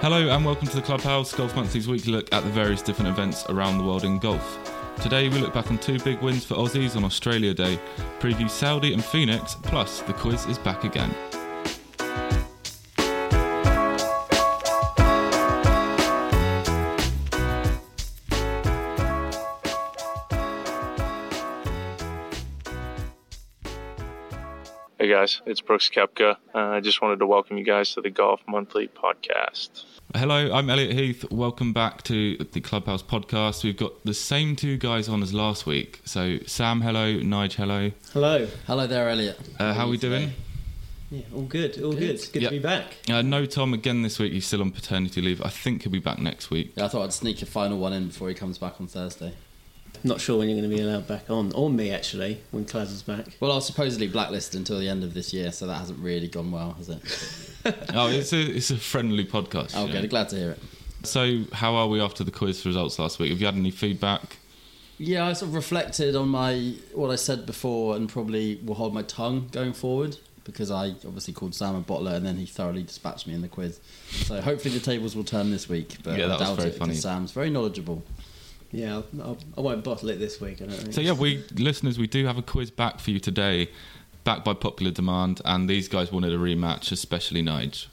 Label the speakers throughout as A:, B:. A: Hello and welcome to the Clubhouse Golf Monthly's weekly look at the various different events around the world in golf. Today we look back on two big wins for Aussies on Australia Day, preview Saudi and Phoenix, plus the quiz is back again.
B: Hey guys, it's Brooks Kepka. Uh, I just wanted to welcome you guys to the Golf Monthly podcast.
A: Hello, I'm Elliot Heath. Welcome back to the Clubhouse podcast. We've got the same two guys on as last week. So Sam, hello, Nige, hello.
C: Hello.
D: Hello there, Elliot.
A: Uh, how are we doing?
C: Yeah, all good. All good.
D: Good.
C: It's good
A: Yeah.
C: to be back.
A: Uh, no Tom again this week. He's still on paternity leave. I think he'll be back next week.
D: Yeah, I thought I'd sneak your final one in before he comes back on Thursday.
C: Not sure when you're going to be allowed back on, or me actually, when Kaz is back.
D: Well, I was supposedly blacklisted until the end of this year, so that hasn't really gone well, has it?
A: Oh, it's a it's a friendly podcast.
D: Oh,
A: you know.
D: good. Glad to hear it.
A: So, how are we after the quiz results last week? Have you had any feedback?
D: Yeah, I sort of reflected on my what I said before and probably will hold my tongue going forward because I obviously called Sam a bottler and then he thoroughly dispatched me in the quiz. So hopefully the tables will turn this week, but
A: Yeah, that
D: I
A: was
D: doubt
A: very
D: it
A: funny.
D: because Sam's very knowledgeable.
C: Yeah, I'll, I'll, I won't bottle it this week. I don't think.
A: So, yeah, we listeners, we do have a quiz back for you today, back by popular demand, and these guys wanted a rematch, especially Nige.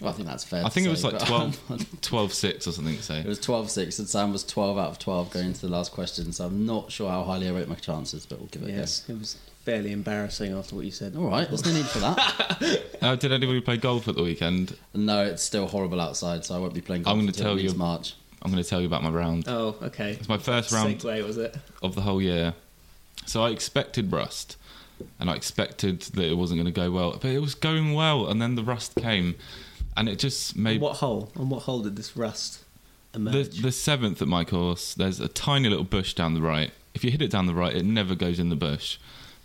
D: Well, I think that's fair.
A: I
D: to
A: think it was
D: say,
A: like
D: but-
A: 12, 12 6 or something. So,
D: It was 12 6, and Sam was 12 out of 12 going into the last question, so I'm not sure how highly I rate my chances, but we'll give it
C: yes, it was fairly embarrassing after what you said.
D: a go. All right, there's no need for that.
A: uh, did anybody play golf at the weekend?
D: no, it's still horrible outside, so I won't be playing golf
A: I'm gonna
D: until
A: tell
D: at least
A: you-
D: March.
A: I'm going to tell you about my round.
C: Oh, okay.
A: It's my first round
C: Segue was it?
A: of the whole year. So I expected rust, and I expected that it wasn't going to go well, but it was going well, and then the rust came, and it just made
C: What hole? On what hole did this rust
A: the,
C: emerge?
A: the seventh at my course, there's a tiny little bush down the right. If you hit it down the right, it never goes in the bush.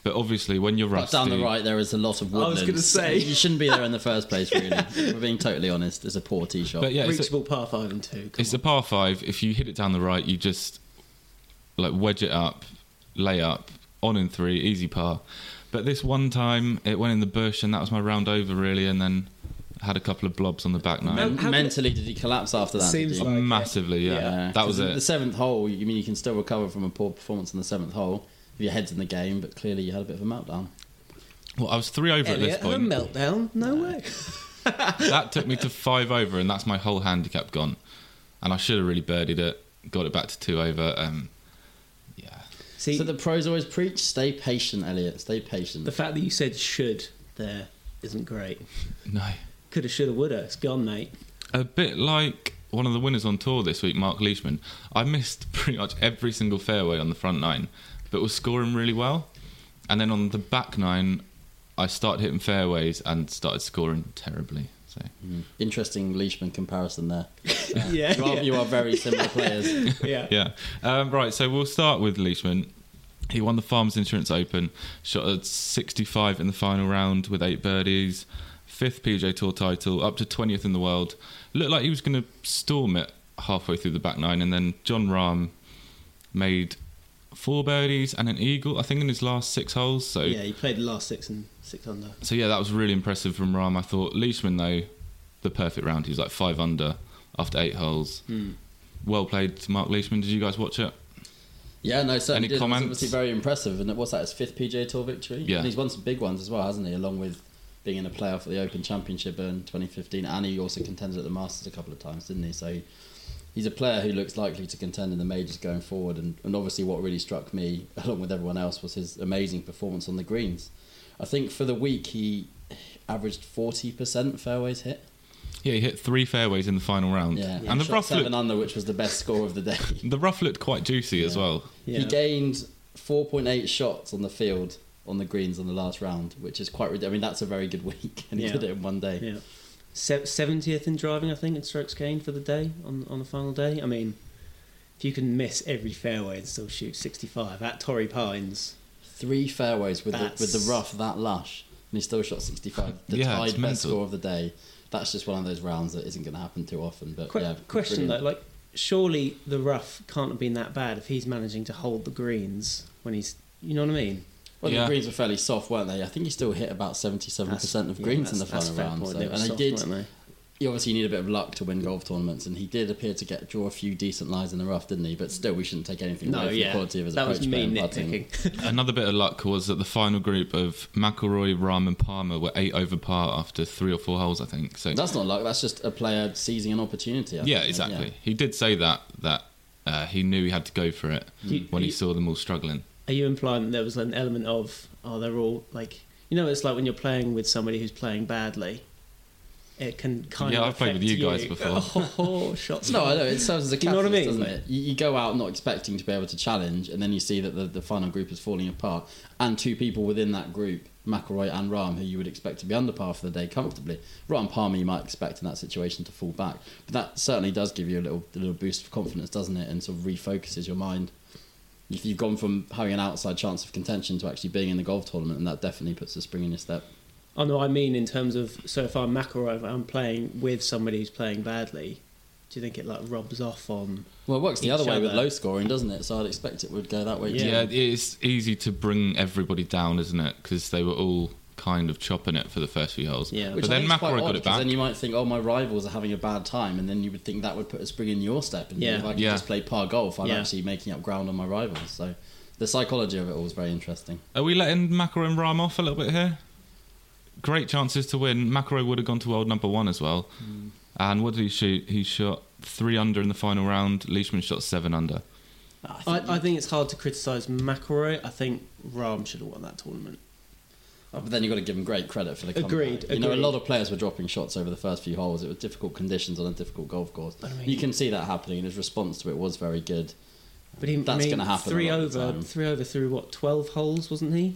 A: But obviously, when you're
D: But
A: rusty,
D: down the right, there is a lot of
C: I was
D: woodlands.
C: gonna say.
D: You shouldn't be there in the first place, really. If We're being totally honest. It's a poor tee shot.
A: But yeah, it's a,
C: Reachable par five and two. Come
A: it's a par five. If you hit it down the right, you just like wedge it up, lay up, on in three, easy par. But this one time, it went in the bush, and that was my round over really. And then had a couple of blobs on the back nine.
C: how could-
D: Mentally, did he collapse after that?
C: Seems
D: did he?
C: like-
A: Massively, yeah.
D: Yeah,
A: That
D: 'cause
A: was
D: the- The
A: it.
D: seventh hole, you mean you can still recover from a poor performance in the seventh hole if your head's in the game, but clearly you had a bit of a meltdown.
A: Well, I was three over
C: on. Elliot,
A: at this
C: have a
A: point.
C: meltdown? No, way.
A: that took me to five over, and that's my whole handicap gone. And I should have really birdied it, got it back to two over. Um, yeah,
C: See,
D: So
C: the,
D: the pros always preach: stay patient, Elliot. Stay patient.
C: fact that you said "should" there isn't great.
A: no,
C: Coulda, shoulda, woulda. It's gone, mate.
A: a bit like one of the winners on tour this week, Mark Leishman. I missed pretty much every single fairway on the front nine, but was scoring really well. And then on the back nine, I started hitting fairways and started scoring terribly. So
D: Interesting Leishman comparison there.
C: yeah,
D: You are, you are very similar players.
C: yeah.
A: yeah. Um, right, so we'll start with Leishman. He won the Farmers Insurance Open, shot at 65 in the final round with eight birdies, fifth PJ Tour title, up to 20th in the world. Looked like he was going to storm it halfway through the back nine, and then John Rahm made four birdies and an eagle, I think, in his last six holes. So
C: Yeah, he played the last six and six under.
A: so yeah, that was really impressive from Rahm. I thought Leishman though, the perfect round. He was like five under after eight holes. Well played, to Mark Leishman. Did you guys watch it?
D: Yeah, no,
A: Any
D: certainly did. It was
A: comments?
D: obviously very impressive. And what's that? His fifth PGA Tour victory.
A: Yeah.
D: and he's won some big ones as well, hasn't he? Along with being in a playoff at the Open Championship in 2015, and he also contended at the Masters a couple of times, didn't he? So he's a player who looks likely to contend in the majors going forward. And, and obviously, what really struck me, along with everyone else, was his amazing performance on the greens. I think for the week he averaged 40% fairways hit.
A: Yeah, he hit three fairways in the final round.
D: Yeah,
A: and the
D: shot
A: rough
D: seven
A: looked,
D: under, which was the best score of the day.
A: the rough looked quite juicy as
D: Yeah.
A: well.
C: Yeah.
D: He gained 4.8 shots on the field on the greens on the last round, which is quite. rid- I mean, that's a very good week, and he
C: Yeah.
D: did it in one day.
C: Yeah. Seventieth in driving, I think, in strokes gained for the day on on the final day. I mean, if you can miss every fairway and still shoot sixty-five at Torrey Pines,
D: Three fairways with the, with
C: That's-
D: the rough that lush, and he still shot 65, the
A: Yeah, it's
D: tied best
A: mental.
D: score of the day. That's just one of those rounds that isn't going to happen too often. But
C: que-
D: yeah,
C: question
D: brilliant.
C: though, like, surely the rough can't have been that bad if he's managing to hold the greens when he's, you know what I mean?
D: Well,
A: Yeah.
D: the greens were fairly soft, weren't they? I think he still hit about 77%
C: That's-
D: of
C: yeah,
D: greens in the
C: that's- that's
D: final
C: fair
D: round.
C: point.
D: So,
C: They were
D: and he
C: soft,
D: did
C: weren't
D: you obviously need a bit of luck to win golf tournaments, and he did appear to get draw a few decent lines in the rough, didn't he? But still, we shouldn't take anything away
C: No,
D: from the
C: yeah,
D: quality of his
C: that
D: approach um,
C: was me
D: play and putting.
C: nitpicking.
A: Another bit of luck was that the final group of McElroy, Rahm, and Palmer were eight over par after three or four holes, I think. So
D: That's not luck. That's just a player seizing an opportunity. I
A: yeah,
D: think.
A: exactly. He did say that that uh, he knew he had to go for it
C: You-
A: when he
C: you-
A: saw them all struggling.
C: Are you implying that there was an element of, oh, they're all like, you know, it's like when you're playing with somebody who's playing badly. It can kind
A: Yeah,
C: of.
A: I've played with
C: affect
A: you guys before.
C: Oh, shots.
D: No, I know. It serves as a
C: Do you know what I
D: catalyst,
C: mean?
D: doesn't it? You, you go out not expecting to be able to challenge, and then you see that the, the final group is falling apart, and two people within that group, McElroy and Rahm, who you would expect to be under par for the day comfortably. Rahm Palmer, you might expect in that situation to fall back, but that certainly does give you a little a little boost of confidence, doesn't it? And sort of refocuses your mind. If you've gone from having an outside chance of contention to actually being in the golf tournament, and that definitely puts a spring in your step.
C: Oh no, I mean in terms of so if I'm McElroy, if I'm playing with somebody who's playing badly. Do you think it like rubs off on?
D: Well, it works the
C: Each
D: other way with
C: other.
D: low scoring, doesn't it? So I'd expect it would go that way. too.
A: Yeah. it's easy to bring everybody down, isn't it? Because they were all kind of chopping it for the first few holes.
C: Yeah.
A: but then
D: I think is quite
A: McElroy
D: odd,
A: got it
D: 'cause
A: back.
D: Then you might think, oh, my rivals are having a bad time, and then you would think that would put a spring in your step. And
C: Yeah.
D: if I can
A: Yeah.
D: just play par golf, I'm
C: Yeah.
D: actually making up ground on my rivals. So the psychology of it all is very interesting.
A: Are we letting McElroy and Rahm off a little bit here? Great chances to win. McElroy would have gone to world number one as well. And what did he shoot? He shot three under in the final round. Leishman shot seven under.
C: I, I think it's hard to criticise McElroy. I think Rahm should have won that tournament.
D: Oh, but then you've got to give them great credit for the comeback.
C: Agreed,
D: You know, a
C: agreed.
D: lot of players were dropping shots over the first few holes. It was difficult conditions on a difficult golf course.
C: I mean-
D: you can see that happening, and his response to it was very good.
C: But he,
D: That's
C: I mean,
D: gonna happen a
C: Three
D: lot of the
C: over,
D: time.
C: three over through what? Twelve holes, wasn't he?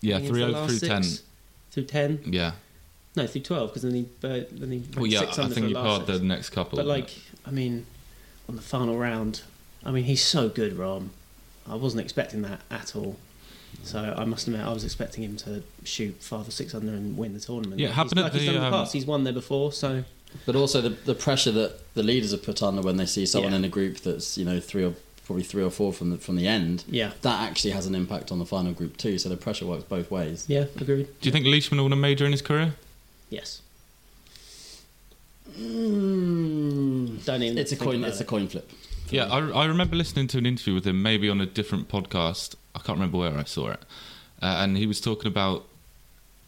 A: Yeah,
C: Going into
A: three
C: the
A: over
C: last
A: through ten.
C: six? Through ten?
A: Yeah.
C: No, through twelve because then he uh, then he made
A: Well, yeah,
C: six
A: I
C: under for
A: think
C: the
A: he
C: last
A: parred
C: six.
A: the next couple.
C: But like, I mean, on the final round, I mean, he's so good, Rahm. I wasn't expecting that at all. So I must admit, I was expecting him to shoot five or six under and win the tournament.
A: Yeah, it happened
C: he's,
A: at
C: like, he's
A: the,
C: done
A: um,
C: the past. He's won there before, so
D: But also the, the pressure that the leaders are put under when they see someone
C: Yeah.
D: in a group that's you know three or probably three or four from the from the end.
C: yeah,
D: That actually has an impact on the final group too. So the pressure works both ways.
C: yeah, agreed.
A: Do you think Leishman will win a major in his career?
C: Yes,
D: Mm,
C: Hmm. don't even.
D: it's a
C: think
D: coin.
C: about
D: It's
C: it.
D: a coin flip.
A: Yeah, I, I remember listening to an interview with him, maybe on a different podcast. I can't remember where I saw it, uh, and he was talking about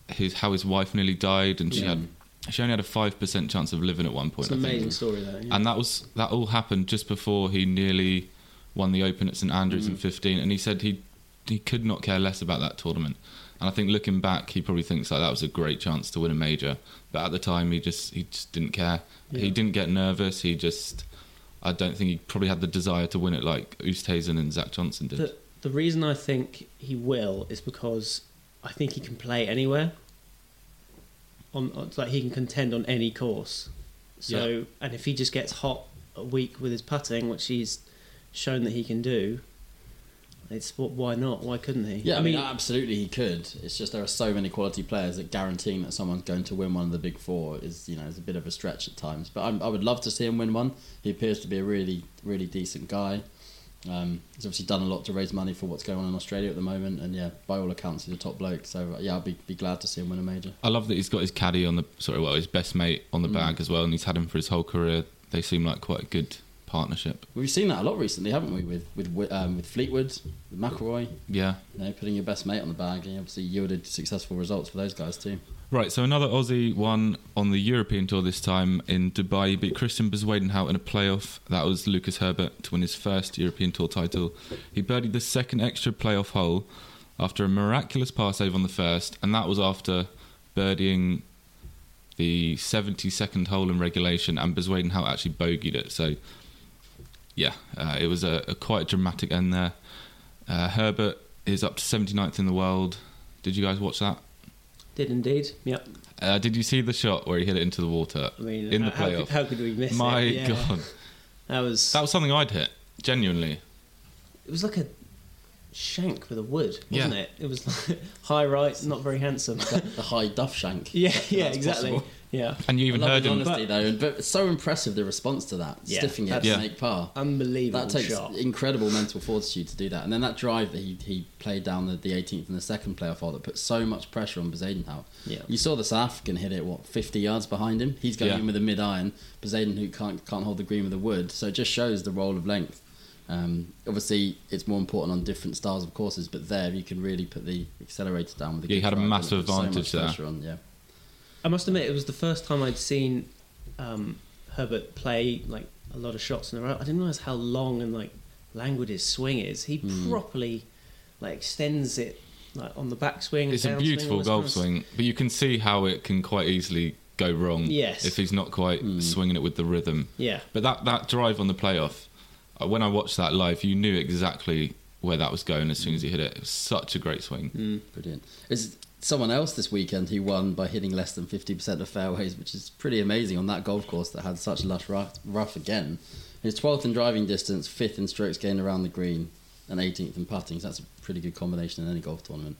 A: his how his wife nearly died, and she
D: Yeah.
A: had she only had a five percent chance of living at one point.
C: It's an
A: I think.
C: amazing story, though. Yeah.
A: and that was that all happened just before he nearly won the Open at St Andrews
C: Mm.
A: in fifteen, and he said he he could not care less about that tournament. And I think looking back, he probably thinks like that was a great chance to win a major, but at the time he just he just didn't care. He
C: Yeah.
A: didn't get nervous. He just I don't think he probably had the desire to win it like Oosthuizen and Zach Johnson did.
C: The, the reason I think he will is because I think he can play anywhere. On, on like he can contend on any course. So and if he just gets hot a week with his putting, which he's shown that he can do, it's what why not? Why couldn't he?
D: Yeah, I mean, uh, absolutely, he could. It's just there are so many quality players that guaranteeing that someone's going to win one of the big four is, you know, is a bit of a stretch at times. But I'm, I would love to see him win one. He appears to be a really, really decent guy. Um, he's obviously done a lot to raise money for what's going on in Australia at the moment, and yeah, by all accounts, he's a top bloke. So uh, yeah, I'd be, be glad to see him win a major.
A: I love that he's got his caddy on the sorry, well, his best mate on the
C: Mm.
A: bag as well, and he's had him for his whole career. They seem like quite a good partnership.
D: We've seen that a lot recently, haven't we? With with Wi- um, with Fleetwood, with McElroy,
A: Yeah.
D: you know, putting your best mate on the bag, and obviously yielded successful results for those guys too.
A: Right, so another Aussie won on the European tour this time in Dubai. He beat Christian Bezuidenhout in a playoff. That was Lucas Herbert to win his first European tour title. He birdied the second extra playoff hole after a miraculous par save on the first, and that was after birdieing the 72nd hole in regulation, and Bezuidenhout actually bogeyed it. So, yeah, uh, it was a, a quite dramatic end there. Uh, Herbert is up to 79th in the world. Did you guys watch that?
C: did indeed. Yep.
A: Uh, did you see the shot where he hit it into the water
C: I mean,
A: in the
C: Uh, how, how
A: playoff?
C: could, how could we miss
A: My
C: it? Yeah.
A: God,
C: that was
A: that was something I'd hit genuinely.
C: it was like a shank with a wood, wasn't
A: Yeah.
C: it? It was like high right, not very handsome.
D: the high duff shank.
C: yeah, yeah,
D: That's
C: exactly.
D: possible.
C: Yeah,
A: And you
D: I
A: even
D: love
A: heard
D: his
A: him.
D: honesty though, and but it's so impressive the response to that,
C: Yeah,
D: stiffing it to
A: Yeah.
D: make par.
C: unbelievable
D: That takes
C: shot.
D: incredible mental fortitude to do that. And then that drive that he, he played down the, the 18th and the second playoff hole that put so much pressure on Bezadenhout.
C: Yeah.
D: You saw the South African hit it, what, 50 yards behind him? He's going
A: Yeah.
D: in with a mid iron. Bezadenhout can't, can't hold the green with a wood. So it just shows the role of length. Um, obviously, it's more important on different styles of courses, but there you can really put the accelerator down with the
A: Yeah, he
D: good
A: had a
D: drive, and it
A: massive
D: put so much
A: advantage there.
D: pressure on, yeah.
C: I must admit, it was the first time I'd seen um, Herbert play like a lot of shots in a row. I didn't realize how long and like languid his swing is. He
D: Hmm.
C: properly like extends it like on the backswing.
A: It's a
C: downswing, all
A: beautiful
C: this
A: golf
C: kind of-
A: swing, but you can see how it can quite easily go wrong
C: Yes. Hmm.
A: if he's not quite swinging it with the rhythm.
C: Yeah,
A: But that, that drive on the playoff, uh, when I watched that live, you knew exactly where that was going as soon as he hit it. It was such a great swing.
D: Brilliant. Is someone else this weekend who won by hitting less than 50% of fairways, which is pretty amazing on that golf course that had such lush rough, rough again. His 12th in driving distance, 5th in strokes gained around the green, and 18th in putting. So that's a pretty good combination in any golf tournament.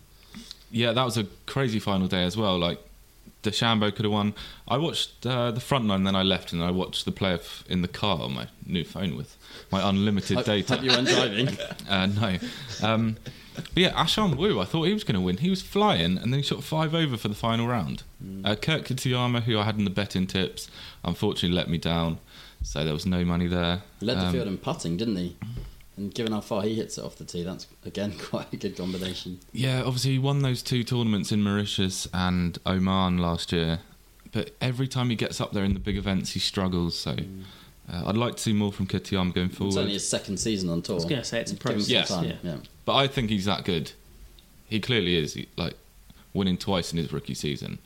A: Yeah, that was a crazy final day as well. Like, DeChambeau could have won. I watched uh, the front nine, then I left, and I watched the playoff in the car on my new phone with my unlimited
D: Hope-
A: data.
D: hope you weren't driving.
A: Uh, no. Um, but yeah, Ashan Wu, I thought he was going to win. He was flying, and then he shot five over for the final round. Uh, Kirk Kitayama, who I had in the betting tips, unfortunately let me down, so there was no money there.
D: He led the
A: Um,
D: field in putting, didn't he? And given how far he hits it off the tee, that's again quite a good combination.
A: Yeah, obviously he won those two tournaments in Mauritius and Oman last year, but every time he gets up there in the big events, he struggles. So uh, I'd like to see more from Kitayama going
D: It's
A: forward.
D: only his second season on tour.
C: I was going to say it's a
D: Give him
C: process.
D: some
A: Yes.
D: time,
C: Yeah.
D: yeah.
A: But I think he's that good. He clearly is. He, like winning twice in his rookie season.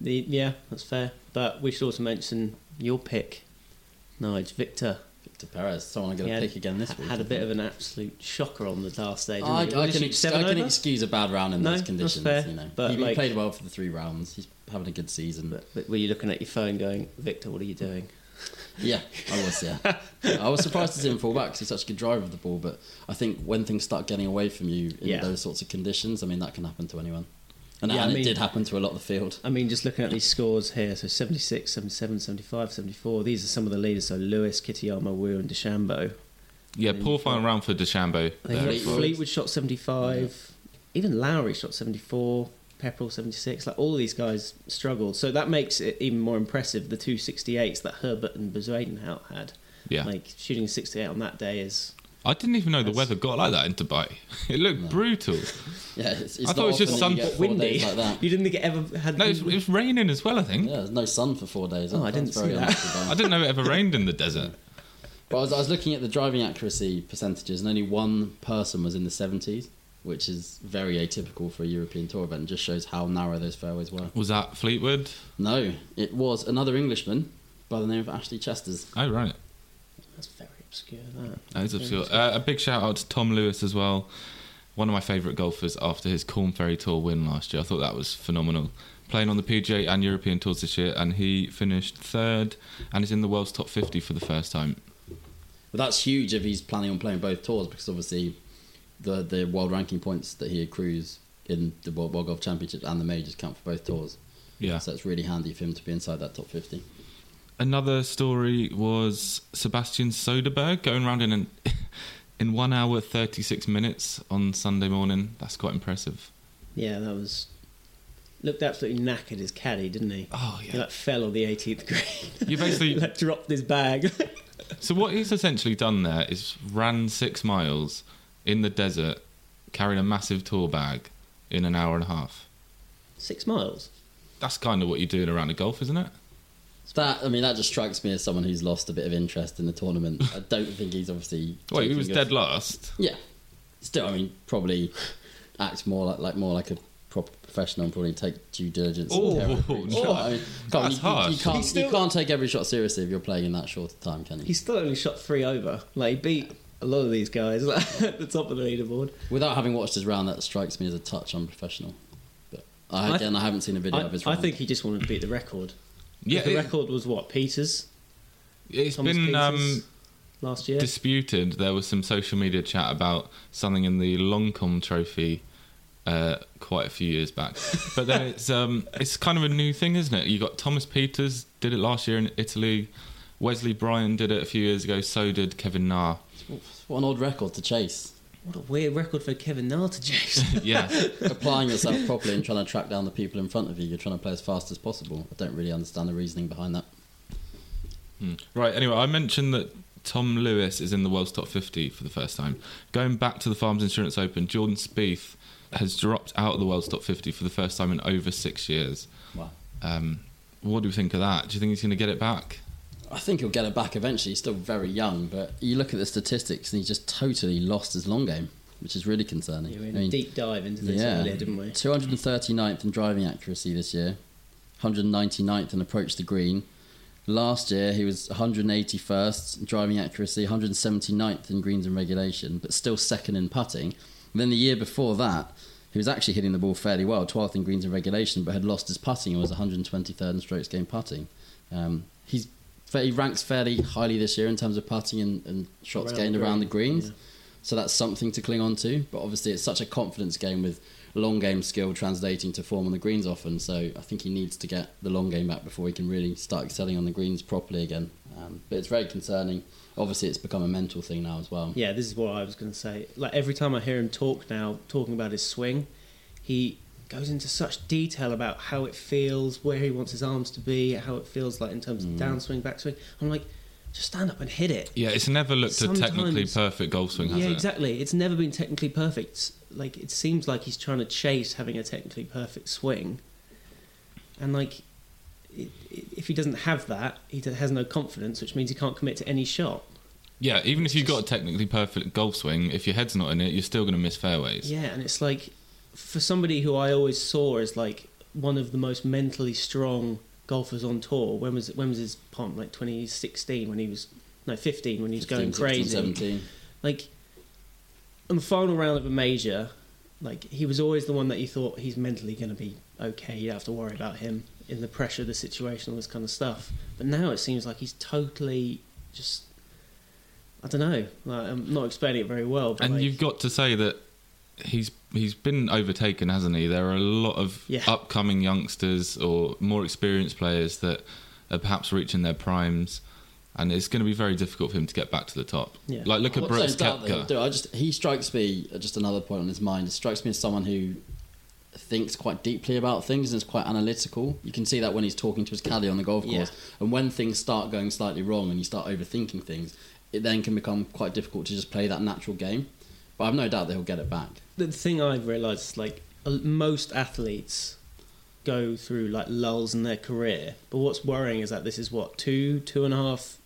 C: The, yeah, that's fair. But we should also mention your pick, Nige Victor.
D: Victor Perez, someone I'm going to
C: Yeah,
D: pick again this
C: ha-
D: week.
C: Had a
D: isn't he?
C: bit of an absolute shocker on the last day. didn't
D: I, I,
C: he? What did
D: can,
C: he
D: ex-
C: shoot,
D: I can
C: over?
D: excuse a bad round in
C: No,
D: those
C: that's
D: conditions.
C: fair,
D: you know,
C: but,
D: he, he
C: like-
D: played well for the three rounds. He's having a good season.
C: But were you looking at your phone, going, Victor, what are you doing?
D: yeah, I was. Yeah, I was surprised to see him fall back 'cause he's such a good driver of the ball. But I think when things start getting away from you in
C: Yeah.
D: those sorts of conditions, I mean that can happen to anyone. And,
C: Yeah, I
D: and it
C: mean-
D: did happen to a lot of the field.
C: I mean, just looking at these scores here, so 76, 77, 75, 74, these are some of the leaders. So Lewis, Kitayama, Wu, and DeChambeau.
A: Yeah,
C: Then
A: poor
C: you've got-
A: final round for Deshambo.
C: I think
A: there.
D: Fleetwood.
C: Fleetwood shot 75, even Lowry shot 74, Pepperell 76. Like all these guys struggled. So that makes it even more impressive the two 68s that Herbert and Bezuidenhout had.
A: Yeah,
C: Like shooting 68 on that day is.
A: I didn't even know the
C: That's-
A: weather got like that in Dubai. It looked brutal.
D: Yeah, it's, it's
A: I thought
D: not
A: it was just
D: often that you
A: sun-
D: get four
C: Windy.
D: days like that.
C: you didn't think it ever had.
A: No, it was, it was raining as well. I think
D: Yeah, there's no sun for four days.
C: Oh,
D: That-
C: I didn't
D: that's very
C: see that.
D: unlucky, Dan.
A: I didn't know it ever rained in the desert.
D: Well, I was, I was looking at the driving accuracy percentages, and only one person was in the 70s, which is very atypical for a European Tour event and just shows how narrow those fairways were.
A: Was that Fleetwood?
D: No, it was another Englishman by the name of Ashley Chesters.
A: Oh right,
C: That's very obscure, that.
A: that is obscure. Uh, a big shout out to Tom Lewis as well. One of my favourite golfers after his Corn Ferry Tour win last year. I thought that was phenomenal. Playing on the PGA and European tours this year, and he finished third and is in the world's top 50 for the first time.
D: But that's huge if he's planning on playing both tours, because obviously the the world ranking points that he accrues in the World, world Golf Championships and the majors count for both tours.
A: Yeah.
D: So it's really handy for him to be inside that top 50.
A: Another story was Sebastian Soderberg going around in an, in one hour thirty six minutes on Sunday morning. That's quite impressive.
C: Yeah, that was. Looked absolutely knackered his caddy, didn't he?
A: Oh
C: He like fell on the 18th green.
A: You basically-
C: like dropped his bag.
A: So what he's essentially done there is ran six miles in the desert, carrying a massive tour bag in an hour and a half.
C: Six miles.
A: That's kind of what you do in a round of golf, isn't it?
D: That I mean, that just strikes me as someone who's lost a bit of interest in the tournament. I don't think he's obviously.
A: Wait, he
D: taking
A: was
D: a-
A: dead last.
D: Yeah. Still, I mean, probably acts more like, like more like a proper professional and probably take due diligence.
A: Oh,
D: and territory.
A: no.
D: I mean, come on,
A: That's
D: you,
A: harsh.
D: You, can't,
C: He's still-
D: you can't take every shot seriously if you're playing in that short a time, can you?
C: He still only shot three over. Like he beat a lot of these guys like, at the top of the leaderboard.
D: Without having watched his round, that strikes me as a touch unprofessional. But I,
C: I-
D: again, I haven't seen a video
C: I,
D: of his
C: I
D: round.
C: think he just wanted to beat the record.
A: Yeah,
C: the
A: it,
C: record was what Peters.
A: has
C: Thomas
A: been.
C: Peters.
A: Um,
C: last year.
A: disputed. There was some social media chat about something in the Longcom Trophy uh, quite a few years back, but then it's um, it's kind of a new thing, isn't it? You got Thomas Peters did it last year in Italy. Wesley Bryan did it a few years ago. So did Kevin Na.
D: What an odd record to chase.
C: What a weird record for Kevin Nall to chase.
A: Yeah,
D: Applying yourself properly and trying to track down the people in front of you. You're trying to play as fast as possible. I don't really understand the reasoning behind that.
A: Hmm. Right, anyway, I mentioned that Tom Lewis is in the world's top 50 for the first time. Going back to the Farms Insurance Open, Jordan Spieth has dropped out of the world's top 50 for the first time in over six years.
D: Wow.
A: Um, what do we think of that? Do you think he's going to get it back?
D: I think he'll get it back eventually. He's still very young, but you look at the statistics and he's just totally lost his long game, which is really concerning.
C: Yeah, we had
D: I mean,
C: a deep dive into this
D: yeah.
C: earlier, didn't we?
D: 239th in driving accuracy this year, 199th in approach to green. Last year, he was 181st in driving accuracy, 179th in greens and regulation, but still second in putting. And then the year before that, he was actually hitting the ball fairly well, 12th in greens and regulation, but had lost his putting and was 123rd in strokes game putting. Um, he's he ranks fairly highly this year in terms of putting and, and shots
C: Around
D: gained
C: the
D: around the
C: green,
D: greens.
C: yeah.
D: So that's something to cling on to. But obviously, it's such a confidence game with long game skill translating to form on the greens often. So I think he needs to get the long game back before he can really start excelling on the greens properly again. Um, but it's very concerning. Obviously, it's become a mental thing now as well.
C: Yeah, this is what I was going to say. Like every time I hear him talk now, talking about his swing, he goes into such detail about how it feels, where he wants his arms to be, how it feels like in terms
A: Mm.
C: of downswing, backswing. I'm like, just stand up and hit it.
A: Yeah, it's never looked a technically
C: Sometimes-
A: perfect golf swing, has
C: yeah,
A: it?
C: exactly. It's never been technically perfect. S- Like it seems like he's trying to chase having a technically perfect swing, and like i i if he doesn't have that, he d- has no confidence, which means he can't commit to any shot.
A: Yeah, even if you've got a
C: Just-
A: technically perfect golf swing, if your head's not in it, you're still going to miss fairways.
C: Yeah, and it's like for somebody who I always saw as like one of the most mentally strong golfers on tour. When was when was his pomp? Like 2016 when he was no 15 when he was
D: 15,
C: going
D: 16,
C: crazy.
D: 17.
C: like on the final round of a major, like he was always the one that you thought he's mentally going to be okay. You don't have to worry about him in the pressure of the situation, all this kind of stuff. But now it seems like he's totally just. I don't know. Like, I'm not explaining it very well. But
A: And
C: like,
A: you've got to say that he's he's been overtaken, hasn't he? There are a lot of
C: Yeah.
A: upcoming youngsters or more experienced players that are perhaps reaching their primes, and it's going to be very difficult for him to get back to the top.
C: Yeah.
A: Like look at
D: Well,
A: Brooks
D: so doubt that he'll
A: Koepka.
D: do it. I just he strikes me uh, just another point on his mind. It strikes me as someone who thinks quite deeply about things and is quite analytical. You can see that when he's talking to his caddy on the golf course,
C: Yeah.
D: and when things start going slightly wrong and you start overthinking things, it then can become quite difficult to just play that natural game. But I've no doubt that he'll get it back.
C: the thing I've realised is like a- most athletes go through like lulls in their career, but what's worrying is that this is what two, two and a half,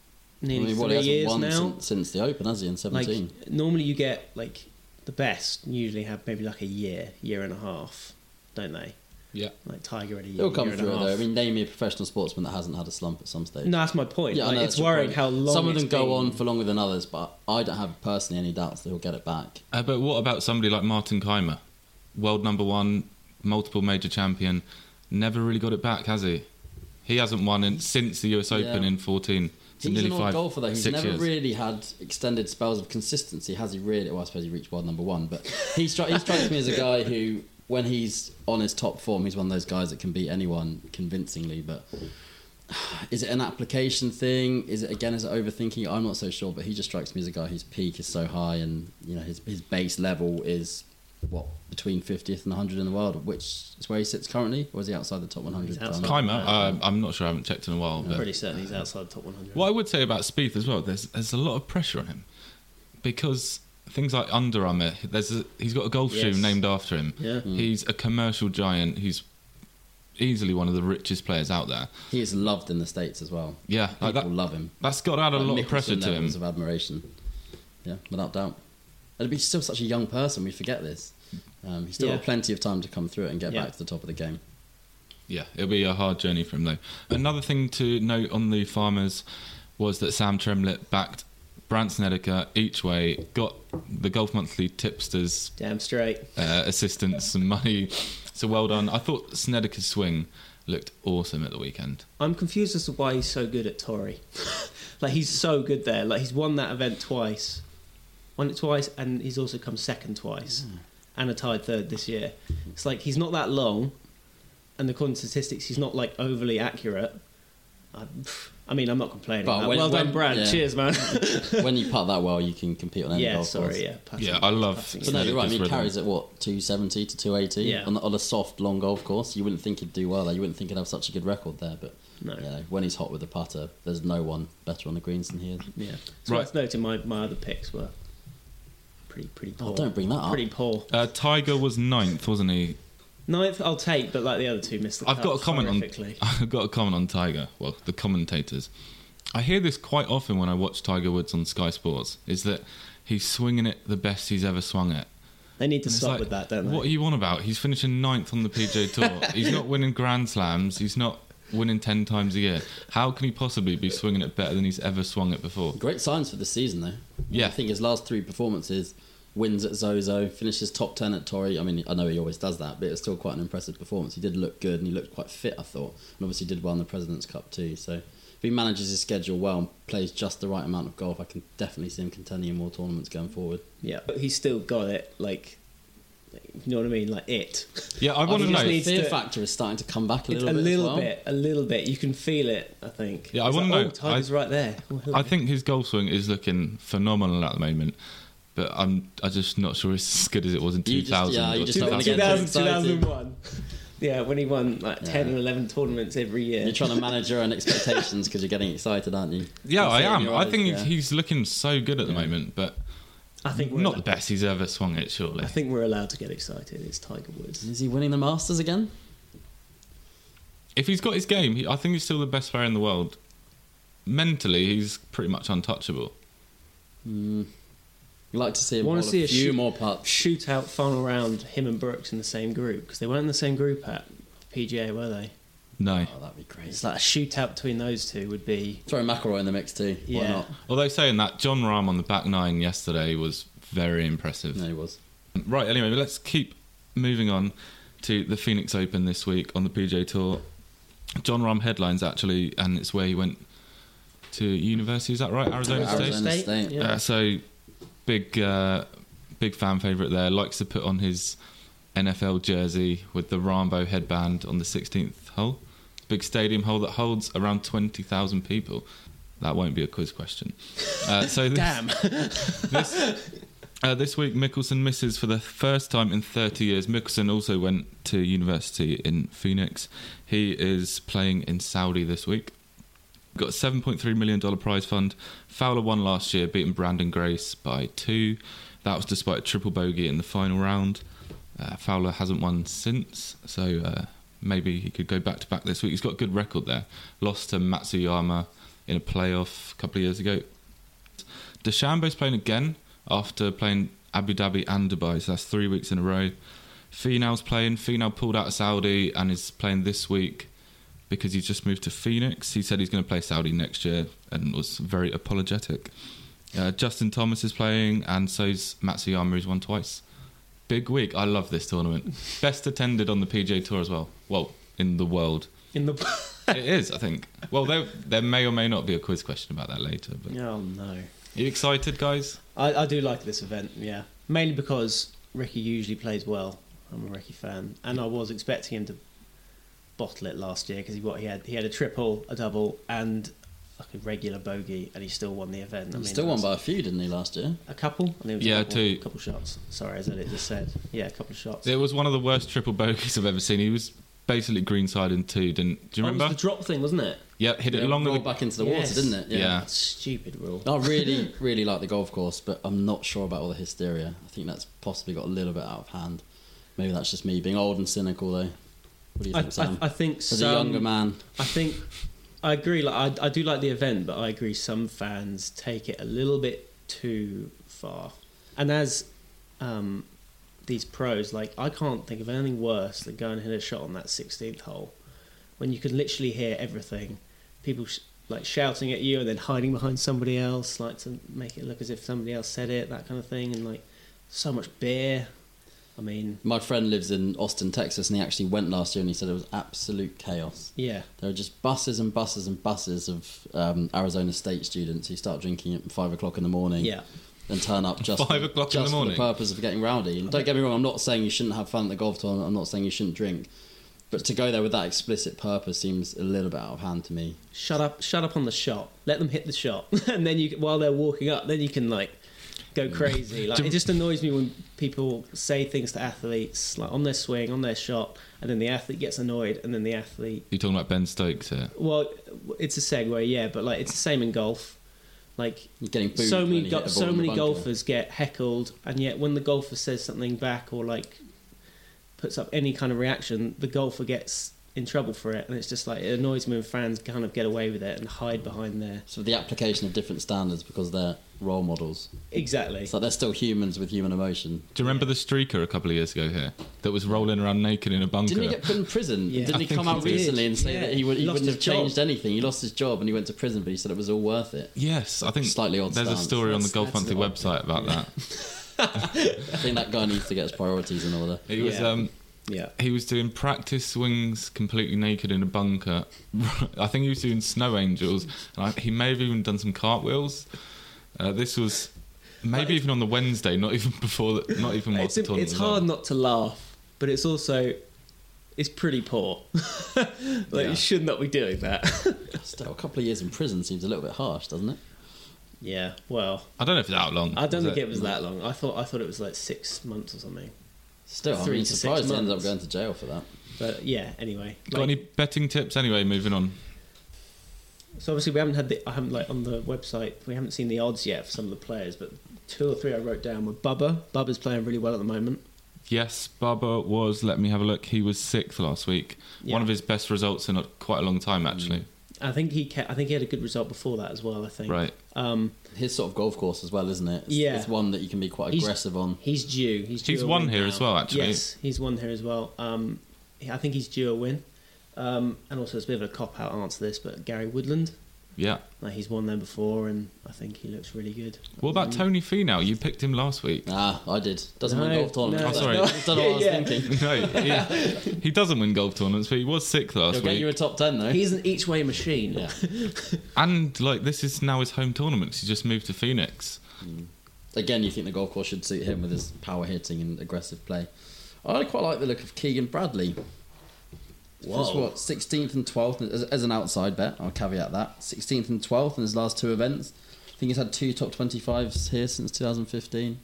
D: I
C: nearly
D: mean, what he
C: three
D: hasn't
C: years
D: won
C: now.
D: since, since the Open, has he? In seventeen,
C: Like normally you get like the best usually have maybe like a year, year and a half, don't they?
A: Yeah.
C: Like Tiger had a year.
D: he'll come
C: year and a
D: through it
C: half.
D: though. I mean, name me a professional sportsman that hasn't had a slump at some stage.
C: no, that's my point.
D: I
C: like, it's
D: know, that's your
C: worrying
D: point.
C: how long
D: some of
C: it's
D: them go
C: been.
D: on for longer than others, but I don't have personally any doubts that he'll get it back.
A: Uh, but what about somebody like Martin Keimer, world number one, multiple major champion, never really got it back, has he? He hasn't won in, since the US Open
D: Yeah.
A: in fourteen. So
D: he's
A: nearly
D: an odd
A: five,
D: golfer though. He's
A: six
D: never
A: years.
D: really had extended spells of consistency, has he? Really? Well, I suppose he reached world number one, but he, stri- he strikes me as a guy who, when he's on his top form, he's one of those guys that can beat anyone convincingly. But is it an application thing? Is it again? Is it overthinking? I'm not so sure. But he just strikes me as a guy whose peak is so high, and you know his his base level is what between 50th and 100 in the world, which is where he sits currently, or is he outside the top 100?
C: outside.
A: Keimer, uh, I'm not sure. I haven't checked in a while.
C: I'm
A: But
C: pretty certain he's outside the top 100.
A: What I would say about Spieth as well, there's there's a lot of pressure on him because things like Under Armour, there's a, he's got a golf shoe
C: Yes.
A: named after him.
C: Yeah.
D: Hmm.
C: Hmm.
A: He's a commercial giant. He's easily one of the richest players out there.
D: He is loved in the states as well.
A: Yeah,
D: People
A: like Uh, that,
D: love him.
A: that's got to add a
D: Like
A: lot of
D: Mickelson
A: pressure to him.
D: levels of admiration. Yeah, without doubt. And he's still such a young person. We forget this. Um, he's still
C: Yeah.
D: got plenty of time to come through it and get
C: Yeah.
D: back to the top of the game.
A: Yeah, it'll be a hard journey for him though. Another thing to note on the farmers was that Sam Tremlett backed Branson Edeka each way, got the Golf Monthly tipsters
C: Damn straight.
A: uh, assistance, some money. So well done. I thought Snedeker's swing looked awesome at the weekend.
C: I'm confused as to why he's so good at Tory. Like he's so good there. Like he's won that event twice, won it twice, and he's also come second twice,
D: Hmm.
C: and a tied third this year. It's like he's not that long, and according to statistics, he's not like overly accurate. I, pff, I mean, I'm not complaining.
D: But
C: Uh,
D: when-
C: well
D: when-
C: done, Brad.
D: yeah.
C: Cheers, man.
D: when you putt that well, you can compete on any
C: yeah,
D: golf
C: sorry.
D: course.
C: Yeah, passing-
A: Yeah, I love.
C: passing it.
D: So no, you're right. I mean,
A: Snedeker's
D: he
A: rhythm.
D: carries at what 270 to 280
C: Yeah.
D: on, the, on a soft long golf course. You wouldn't think he'd do well there. You wouldn't think he'd have such a good record there. But
C: No.
D: you know, when he's hot with the putter, there's no one better on the greens than he is.
C: Yeah. So
A: Right.
C: right. worth noting my, my other picks were pretty pretty poor.
D: Oh, don't bring that up.
C: Pretty poor.
A: Uh, Tiger was ninth, wasn't he?
C: Ninth, I'll take, but like the other two missed the
A: I've
C: cut
A: got a comment on.
C: horrifically.
A: I've got a comment on Tiger. Well, the commentators. I hear this quite often when I watch Tiger Woods on Sky Sports. Is that he's swinging it the best he's ever swung it.
C: They need to
A: It's
C: stop
A: like,
C: with that, don't they?
A: What are you on about? He's finishing ninth on the PJ Tour. he's not winning Grand Slams. He's not winning ten times a year. How can he possibly be swinging it better than he's ever swung it before?
D: Great signs for this season, though.
A: Yeah.
D: I think his last three performances wins at Zozo, finishes top 10 at Torrey. I mean, I know he always does that, but it was still quite an impressive performance. He did look good and he looked quite fit, I thought. And obviously, did well in the President's Cup, too. So, if he manages his schedule well and plays just the right amount of golf, I can definitely see him contending in more tournaments going forward.
C: yeah, but he's still got it. Like, you know what I mean? Like it.
A: Yeah, I
C: Oh,
A: want
C: he
A: to
C: just
A: know.
C: needs-
D: fear
C: to-
D: factor is starting to come back a
C: It's
D: little
C: a
D: bit. as
C: little
D: well.
C: bit, a little bit. You can feel it. I think.
A: Yeah, I
C: It's
A: wanna
C: like,
A: know.
C: Oh, Tiger's right there. Oh, hello.
A: I think his golf swing is looking phenomenal at the moment, but I'm I just not sure it's as good as it was in
D: You
A: 2000.
D: just- yeah, you
A: or
D: just don't wanna
A: 2000.
D: get
C: 2000,
D: too excited.
C: 2001. Yeah, when he won like ten
D: Yeah.
C: and eleven tournaments every year.
D: You're trying to manage your own expectations because you're getting excited, aren't you?
A: yeah, I
D: You see it in
A: am.
D: your
A: I
D: eyes,
A: think
D: yeah.
A: he's he's looking so good at the moment, but
C: I think we're
A: not the
C: allowed,
A: best he's ever swung it. Surely,
C: I think we're allowed to get excited. It's Tiger Woods.
D: Is he winning the Masters again?
A: if he's got his game, he, I think he's still the best player in the world. Mentally, he's pretty much untouchable.
D: You'd like to see him
C: Wanna
D: want
C: see
D: a
C: a
D: few
C: shoot-
D: more putts.
C: shootout final round, him and Brooks in the same group because they weren't in the same group at PGA, were they?
A: No,
D: Oh, that'd be crazy.
C: It's like a shootout between those two would be.
D: Throw McElroy in the mix too. Why
C: Yeah.
D: not?
A: although saying that, John Rahm on the back nine yesterday was very impressive.
D: No, he was.
A: Right, anyway, let's keep moving on to the Phoenix Open this week on the PJ Tour. John Rahm headlines actually, and it's where he went to university. Is that right? Arizona,
D: Arizona
A: State.
D: State.
C: Yeah.
A: Uh, so big, uh, big fan favorite there. Likes to put on his NFL jersey with the Rambo headband on the 16th hole. Big stadium hole that holds around 20,000 people. That won't be a quiz question. Uh, so this,
C: Damn.
A: this, uh, this week, Mickelson misses for the first time in 30 years. Mickelson also went to university in Phoenix. He is playing in Saudi this week. Got a $7.3 million prize fund. Fowler won last year, beating Brandon Grace by two. That was despite a triple bogey in the final round. Uh, Fowler hasn't won since, so uh, maybe he could go back to back this week. He's got a good record there. Lost to Matsuyama in a playoff a couple of years ago. Deshambo's playing again after playing Abu Dhabi and Dubai, so that's three weeks in a row. Finau's playing. Finau pulled out of Saudi and is playing this week because he's just moved to Phoenix. He said he's going to play Saudi next year and was very apologetic. Uh, Justin Thomas is playing and so's Matsuyama, who's won twice. Big week. I love this tournament. Best attended on the PGA Tour as well. Well, in the world.
C: in the.
A: It is, I think. Well, there, there may or may not be a quiz question about that later. But
C: oh no.
A: Are you excited, guys?
C: I, I do like this event, yeah. Mainly because Ricky usually plays well. I'm a Ricky fan, and I was expecting him to bottle it last year because he what he had he had a triple, a double, and like a regular bogey, and he still won the event. I mean,
D: He still won
C: that's
D: by a few, didn't he, last year?
C: a couple. I think it was
A: Yeah,
C: a couple,
A: two.
C: couple shots. Sorry, is that it just said? Yeah, a couple of shots.
A: It was one of the worst triple bogeys I've ever seen. He was basically greenside in two, didn't? Do you
C: Oh, it was
A: remember?
C: the drop thing, wasn't it?
A: yeah, hit it
D: Yeah,
A: long with
D: rolled
A: the-
D: back into the
C: Yes.
D: water, didn't it?
A: Yeah.
C: That's a stupid rule.
D: I Oh, really, really like the golf course, but I'm not sure about all the hysteria. I think that's possibly got a little bit out of hand. Maybe that's just me being old and cynical, though. What do you
C: I,
D: think, Sam?
C: I, I think
D: As
C: some-
D: a younger man,
C: I think I agree. Like I, I do like the event, but I agree some fans take it a little bit too far. And as um, these pros, like I can't think of anything worse than going and hit a shot on that 16th hole when you can literally hear everything. People sh- like shouting at you and then hiding behind somebody else, like to make it look as if somebody else said it, that kind of thing, and like so much beer. I mean,
D: My friend lives in Austin, Texas, and he actually went last year, and he said it was absolute chaos.
C: yeah,
D: There are just buses and buses and buses of um, Arizona State students who start drinking at five o'clock in the morning
C: yeah.
D: and turn up just,
A: Five o'clock in
D: just
A: the morning?
D: for the purpose of getting rowdy. And don't get me wrong, I'm not saying you shouldn't have fun at the golf tournament. I'm not saying you shouldn't drink, but to go there with that explicit purpose seems a little bit out of hand to me.
C: Shut up! Shut up on the shot. Let them hit the shot, and then you while they're walking up, then you can like go crazy. Like
A: Do-
C: it just annoys me when people say things to athletes like on their swing, on their shot, and then the athlete gets annoyed, and then the athlete
A: You're talking about Ben Stokes here.
C: Well, it's a segue, yeah, but like it's the same in golf. Like
D: You're getting booed
C: so
D: when
C: many,
D: you hit
C: go-
D: a ball
C: so
D: in the
C: many
D: bunker.
C: golfers get heckled, and yet when the golfer says something back or like puts up any kind of reaction, the golfer gets in trouble for it, and it's just like it annoys me when fans kind of get away with it and hide behind their
D: So the application of different standards because they're role models.
C: exactly.
D: It's like they're still humans with human emotion.
A: Do you remember the streaker a couple of years ago here that was rolling around naked in a bunker?
D: Didn't he get put in prison?
C: Yeah.
D: Didn't
A: I
D: he
A: think
D: come
A: he
D: out
A: did.
D: recently and say
C: Yeah.
D: that he, would,
C: He
D: he
C: lost
D: wouldn't have
C: his job.
D: changed anything? He lost his job and he went to prison, but he said it was all worth it.
A: yes, I think
D: Slightly odd
A: There's a
D: stance.
A: story on the
D: That's-
A: Golf
D: that's
A: Monthly
D: an odd-
A: website about that.
D: I think that guy needs to get his priorities in order.
A: He was
C: Yeah.
A: um,
C: Yeah,
A: he was doing practice swings completely naked in a bunker. I think he was doing snow angels, and I, he may have even done some cartwheels. Uh, this was maybe even on the Wednesday, not even before, the, not even whilst
C: it's,
A: the tournament
C: it's
A: was on.
C: hard not to laugh, but it's also it's pretty poor. like
D: Yeah.
C: you should not be doing that.
D: Still, a couple of years in prison seems a little bit harsh, doesn't it?
C: yeah, well,
A: I don't know if it's out long.
C: I don't
A: was
C: think it was that long. I thought I thought it was like six months or something.
D: Still, I'm
C: Three
D: mean,
C: to six
D: surprised he ended up
C: months.
D: going to jail for that.
C: But yeah, anyway.
A: Got
C: Like,
A: any betting tips? Anyway, moving on.
C: so obviously we haven't had the I haven't like on the website we haven't seen the odds yet for some of the players, but two or three I wrote down were Bubba. Bubba's playing really well at the moment.
A: Yes, Barber was. Let me have a look. He was sixth last week.
C: Yeah.
A: One of his best results in a, quite a long time, actually.
C: I think he ca I think he had a good result before that as well. I think.
A: Right.
C: Um,
D: His sort of golf course as well, isn't it? It's,
C: Yeah.
D: It's one that you can be quite
C: He's-
D: aggressive on.
C: he's due. He's due
A: He's
C: a
A: won
C: win
A: here
C: now.
A: as well, actually.
C: Yes, he's won here as well. Um, he- I think he's due a win. Um, and also, it's a bit of a cop out answer this, but Gary Woodland,
A: Yeah.
C: like he's won there before, and I think he looks really good.
A: What about Tony Fee now? You picked him last week.
D: Ah, I did. Doesn't
C: No,
D: win golf tournament.
C: no.
A: Oh, sorry.
D: don't know what I was
C: Yeah.
D: thinking.
A: no, he, he doesn't win golf tournaments, but he was sixth
D: He'll
A: last
D: get
A: week.
D: you a top ten though.
C: He's an each way machine.
D: yeah.
A: and like this is now his home tournament. 'cause He just moved to Phoenix.
D: Again, you think the golf course should suit him with his power hitting and aggressive play. I quite like the look of Keegan Bradley. He's
C: Whoa.
D: what, 16th and 12th as, as an outside bet. I'll caveat that. 16th and 12th in his last two events. I think he's had two top 25s here since 2015.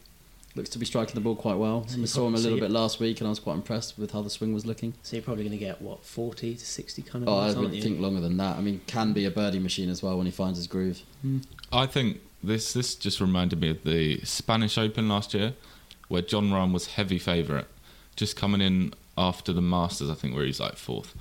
D: Looks to be striking the ball quite well.
C: So
D: we
C: you
D: saw him a
C: prob- so
D: little
C: you-
D: bit last week, and I was quite impressed with how the swing was looking.
C: So you're probably going to get what forty to sixty kind of.
D: Oh, I
C: odds, aren't
D: would
C: you?
D: think longer than that. I mean, can be a birdie machine as well when he finds his groove.
A: I think this this just reminded me of the Spanish Open last year, where John Rahm was heavy favourite, just coming in after the Masters. I think where he's like fourth.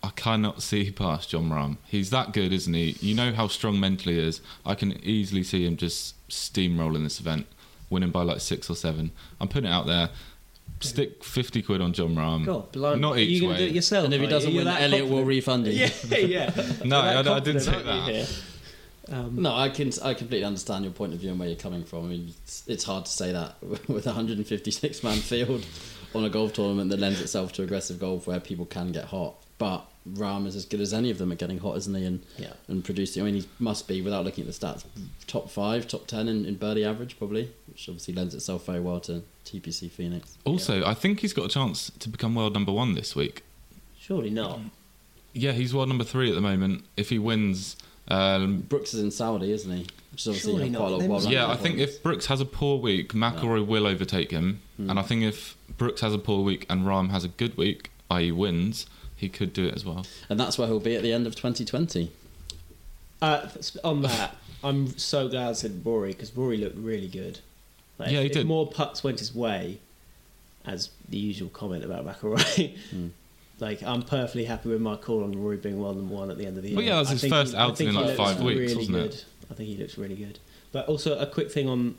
A: I cannot see past John Rahm. He's that good, isn't he? You know how strong mentally he is. I can easily see him just steamrolling this event, winning by like six or seven. I'm putting it out there. Stick fifty quid on John Rahm.
C: God, blimey.
A: Not
C: Are you
A: each
C: gonna
A: way.
C: do it yourself?
D: And if he
C: are you?
D: doesn't
C: You're
D: win,
C: that
D: Elliot will
C: confident?
D: refund him.
C: Yeah, yeah.
A: No,
C: You're
A: I, I didn't
C: confident,
A: say
C: aren't you,
A: that.
C: here? Um,
D: No, I can. I completely understand your point of view and where you're coming from. I mean, it's, it's hard to say that with a 156 man field on a golf tournament that lends itself to aggressive golf where people can get hot. But Ram is as good as any of them at getting hot, isn't he? And
C: Yeah.
D: and producing. I mean, he must be without looking at the stats, top five, top ten in, in birdie average probably, which obviously lends itself very well to TPC Phoenix.
A: Also, I think he's got a chance to become world number one this week.
C: surely not.
A: Yeah, he's world number three at the moment. If he wins, um,
D: Brooks is in Saudi, isn't he? Which is obviously
C: Surely
D: have quite a
C: not.
D: lot
C: They
D: of
C: must-
D: wild
A: yeah, I
D: ranking
A: think
D: points.
A: if Brooks has a poor week, McElroy will overtake him. And I think if Brooks has a poor week and Rahm has a good week, i.e., wins, he could do it as well.
D: and that's where he'll be at the end of 2020.
C: Uh, th- on that, I'm so glad I said Rory because Rory looked really good. Like,
A: Yeah,
C: if,
A: he
C: if
A: did.
C: more putts went his way, as the usual comment about McElroy. Like I'm perfectly happy with my call on Rory being one and one at the end of the year.
A: Well, yeah, that was
C: I
A: his
C: think
A: first
C: I
A: outing
C: think
A: in,
C: he
A: like,
C: looks
A: five weeks,
C: really
A: wasn't it?
C: good. I think he looks really good. But also a quick thing on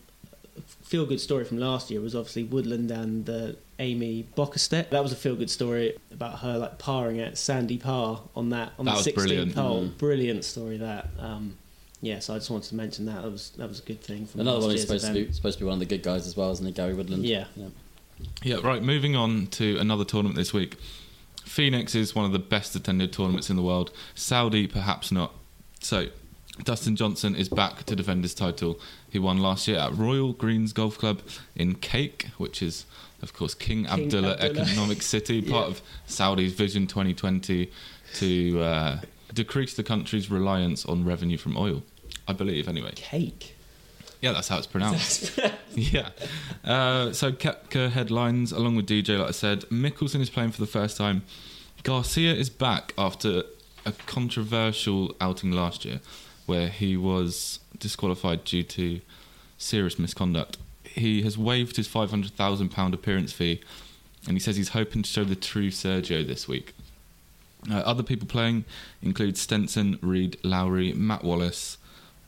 C: feel good story from last year was obviously Woodland and the Amy Bockerstedt. That was a feel good story about her like parring at Sandy Parr on that on
A: That
C: the
A: was
C: 16th
A: brilliant. Mm.
C: hole. Brilliant story that. Um, yeah, so I just wanted to mention that. That was that was a good thing. From
D: Another
C: last
D: one who's
C: year's
D: supposed to
C: event.
D: be supposed to be one of the good guys as well, isn't he, Gary Woodland?
C: Yeah.
A: Yeah, right. Moving on to another tournament this week. Phoenix is one of the best attended tournaments in the world. Saudi, perhaps not. So, Dustin Johnson is back to defend his title. He won last year at Royal Greens Golf Club in Cake, which is, of course, King,
C: King
A: Abdullah,
C: Abdullah.
A: Economic City, part of Saudi's Vision 2020 to uh, decrease the country's reliance on revenue from oil. I believe, anyway.
C: Cake.
A: Yeah, that's how it's pronounced. yeah. Uh, so Kepka headlines along with DJ, like I said. Mickelson is playing for the first time. Garcia is back after a controversial outing last year where he was disqualified due to serious misconduct. He has waived his £500,000 appearance fee and he says he's hoping to show the true Sergio this week. Uh, other people playing include Stenson, Reed, Lowry, Matt Wallace,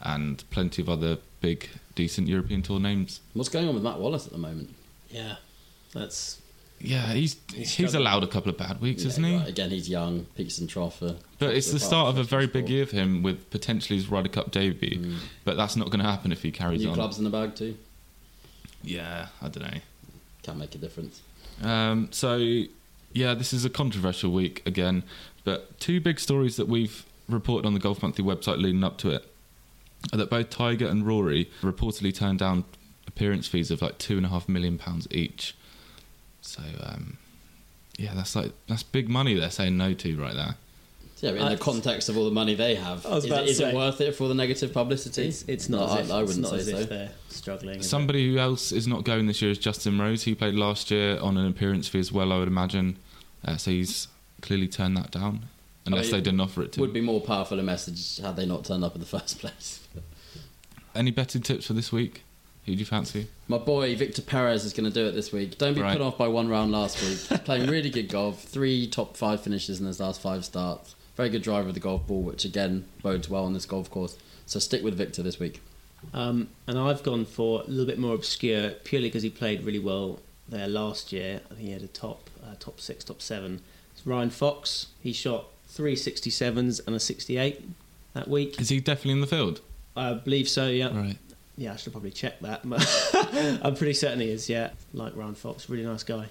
A: and plenty of other big, decent European tour names.
D: What's going on with Matt Wallace at the moment?
C: Yeah, that's
A: Yeah, he's he's,
C: struggling.
A: allowed a couple of bad weeks,
D: Yeah,
A: isn't he?
D: right, Again, he's young, peaks and trough. uh,
A: But it's the
D: apart,
A: start of a
D: first
A: very
D: four.
A: big year for him with potentially his Ryder Cup debut. But that's not going to happen if he carries
D: Mm. New
A: on.
D: clubs in the bag too.
A: Yeah, I don't know.
D: Can't make a difference.
A: Um, so, yeah, this is a controversial week again, but two big stories that we've reported on the Golf Monthly website leading up to it are that both Tiger and Rory reportedly turned down appearance fees of like two and a half million pounds each. So, um, yeah, that's like that's big money they're saying no to right there.
D: So, yeah, in
C: I-
D: the context of all the money they have,
C: I was
D: is,
C: about
D: it,
C: to
D: is it
C: say-
D: worth it for all the negative publicity?
C: it's it's not.
D: No,
C: as if,
D: I, I
C: it's
D: wouldn't
C: not
D: say
C: as
D: so.
C: if they're struggling. is it?
A: Somebody who else is not going this year is Justin Rose. He played last year on an appearance fee as well, I would imagine. Uh, so he's clearly turned that down, unless
D: mean,
A: they didn't offer it to. him.
D: Would be more powerful a message had they not turned up in the first place.
A: Any betting tips for this week? Who do you fancy?
D: My boy Victor Perez is going to do it this week. Don't be
A: Right.
D: put off by one round last week. Playing really good golf, three top five finishes in his last five starts. Very good driver of the golf ball, which again bodes well on this golf course. So stick with Victor this week.
C: Um, and I've gone for a little bit more obscure, purely because he played really well there last year. I think he had a top, uh, top six, top seven. It's Ryan Fox. He shot three 67s and a 68 that week.
A: Is he definitely in the field?
C: I believe so. Yeah,
A: Right.
C: yeah. I should probably check that. but I'm pretty certain he is. Yeah, like Ryan Fox, really nice guy.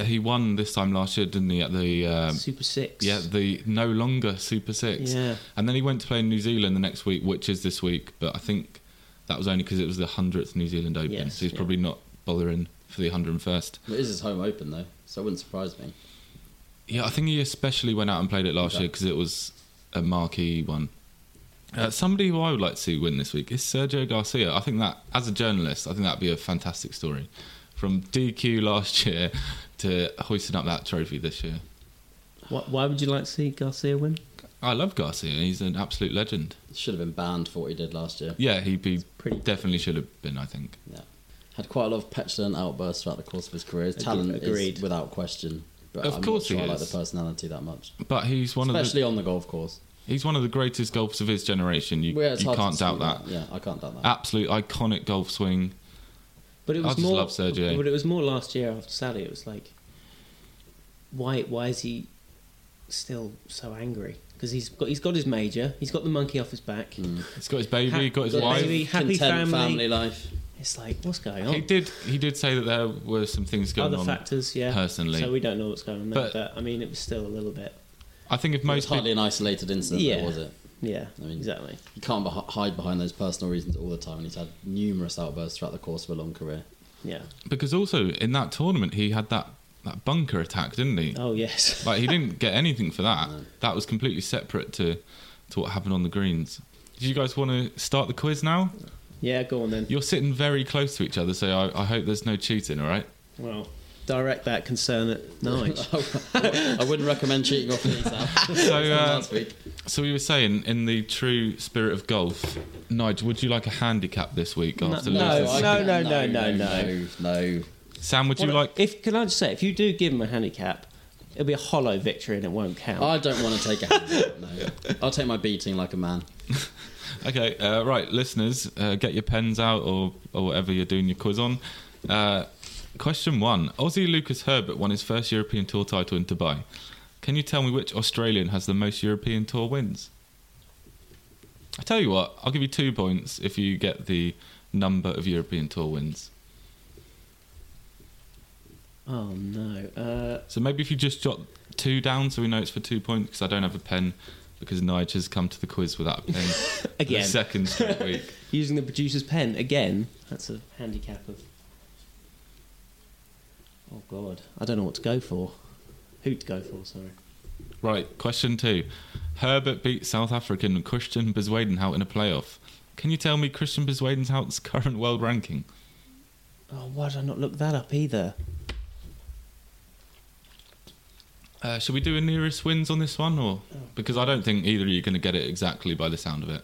A: He won this time last year, didn't he? At the um,
C: Super six.
A: yeah, the no longer Super Six.
C: Yeah.
A: And then he went to play in New Zealand the next week, which is this week. But I think that was only because it was the hundredth New Zealand Open,
C: Yes,
A: so he's
C: yeah.
A: probably not bothering for the hundred and first.
D: It is his home open though, so it wouldn't surprise me.
A: Yeah, I think he especially went out and played it last
D: Okay.
A: year 'cause year because it was a marquee one. Uh, somebody who I would like to see win this week is Sergio Garcia. I think that, as a journalist, I think that'd be a fantastic story. From DQ last year to hoisting up that trophy this year.
C: Why, why would you like to see Garcia win?
A: I love Garcia. He's an absolute legend.
D: Should have been banned for what he did last year.
A: Yeah, he be
C: pretty-
A: definitely should have been. I think.
D: Had quite a lot of petulant outbursts throughout the course of his career. His
C: Agreed-
D: talent
C: agreed.
D: is without question, but
A: Of
D: I'm
A: course
D: not sure
A: he
D: I like the
A: is.
D: personality that much,
A: But he's one
D: especially on the golf course.
A: of the he's one of the greatest golfers of his generation. You,
D: Yeah, it's
A: you
D: hard to
A: can't doubt
D: dispute
A: that. Uh,
D: Yeah, I can't doubt that.
A: Absolute iconic golf swing.
C: But it
A: I
C: was
A: just
C: more.
A: love Sergio.
C: But it was more last year after Saudi. It was like, why? Why is he still so angry? Because he's got he's got his major. He's got the monkey off his back.
A: He's got his baby.
C: Ha-
A: got his
C: got
A: wife.
C: baby, happy
D: Content
C: family.
D: life.
C: It's like what's going
A: He
D: Oh.
C: on?
A: did. He did say that there were some things going
C: Other
A: on.
C: factors, yeah.
A: personally.
C: so we don't know what's going on there.
A: But-
C: But, I mean, it was still a little bit.
A: I think if
D: It was
A: most
D: hardly
A: people,
D: an isolated incident,
C: Yeah.
D: though, was it?
C: Yeah,
D: I mean-
C: exactly.
D: You can't beh hide behind those personal reasons all the time, and he's had numerous outbursts throughout the course of a long career.
C: Yeah.
A: because also in that tournament he had that that bunker attack, didn't he?
C: Oh yes.
A: Like he didn't get anything for that.
D: No.
A: That was completely separate to to what happened on the greens. Do you guys want to start the quiz now?
C: Yeah, go on then.
A: You're sitting very close to each other, so I, I hope there's no cheating. All right.
C: Well, direct that concern at Nige.
D: I wouldn't recommend cheating off these apps.
A: So uh,
D: last week.
A: so we were saying in the true spirit of golf, Nigel, would you like a handicap this week after
C: no,
A: losing?
D: I
C: no,
D: can-
C: no, no, no,
D: no, no.
A: Sam, would you like?
C: What- If can I just say, if you do give him a handicap, it'll be a hollow victory and it won't count.
D: I don't want to take a hand. No, I'll take my beating like a man.
A: Okay, uh, right, listeners, uh, get your pens out or, or whatever you're doing your quiz on. Uh, question one Aussie Lucas Herbert won his first European Tour title in Dubai. Can you tell me which Australian has the most European Tour wins? I tell you what, I'll give you two points if you get the number of European Tour wins.
C: Oh no. Uh,
A: So maybe if you just jot two down so we know it's for two points, because I don't have a pen because Nige has come to the quiz without a pen. for the
C: again,
A: second straight week.
C: using the producer's pen again. That's a handicap of. Oh god, I don't know what to go for. Who to go for? Sorry.
A: Right, question two. Herbert beat South African Christian Bezwadenhout in a playoff. Can you tell me Christian Bezwadenhout's current world ranking?
C: Oh, why did I not look that up either?
A: Uh, should we do a nearest wins on this one, or because I don't think either of you are going to get it exactly by the sound of it.